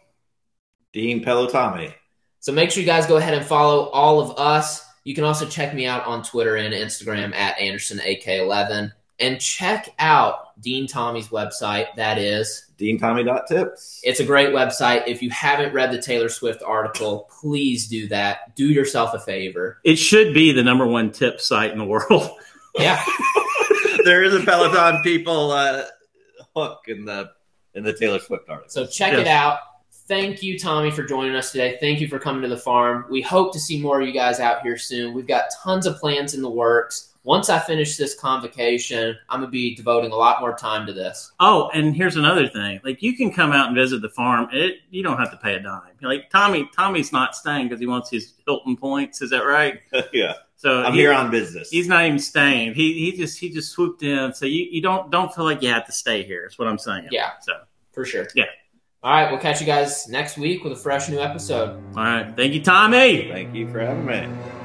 Dean Pelotami. So make sure you guys go ahead and follow all of us. You can also check me out on Twitter and Instagram at Anderson AK11. And check out Dean Tommy's website. That is DeanTommy.tips. It's a great website. If you haven't read the Taylor Swift article, please do that. Do yourself a favor. It should be the number one tip site in the world. Yeah. there is a Peloton people uh, hook in the in the Taylor Swift article. So check it Yes. out. Thank you, Tommy, for joining us today. Thank you for coming to the farm. We hope to see more of you guys out here soon. We've got tons of plans in the works. Once I finish this convocation, I'm going to be devoting a lot more time to this. Oh, and here's another thing. Like you can come out and visit the farm. It you don't have to pay a dime. Like Tommy, Tommy's not staying because he wants his Hilton points. Is that right? yeah, So I'm he- here on business. He's not even staying. He he just he just swooped in. So you, you don't don't feel like you have to stay here. Is what I'm saying. Yeah. So For sure. Yeah. All right. We'll catch you guys next week with a fresh new episode. all right. Thank you, Tommy. Thank you for having me.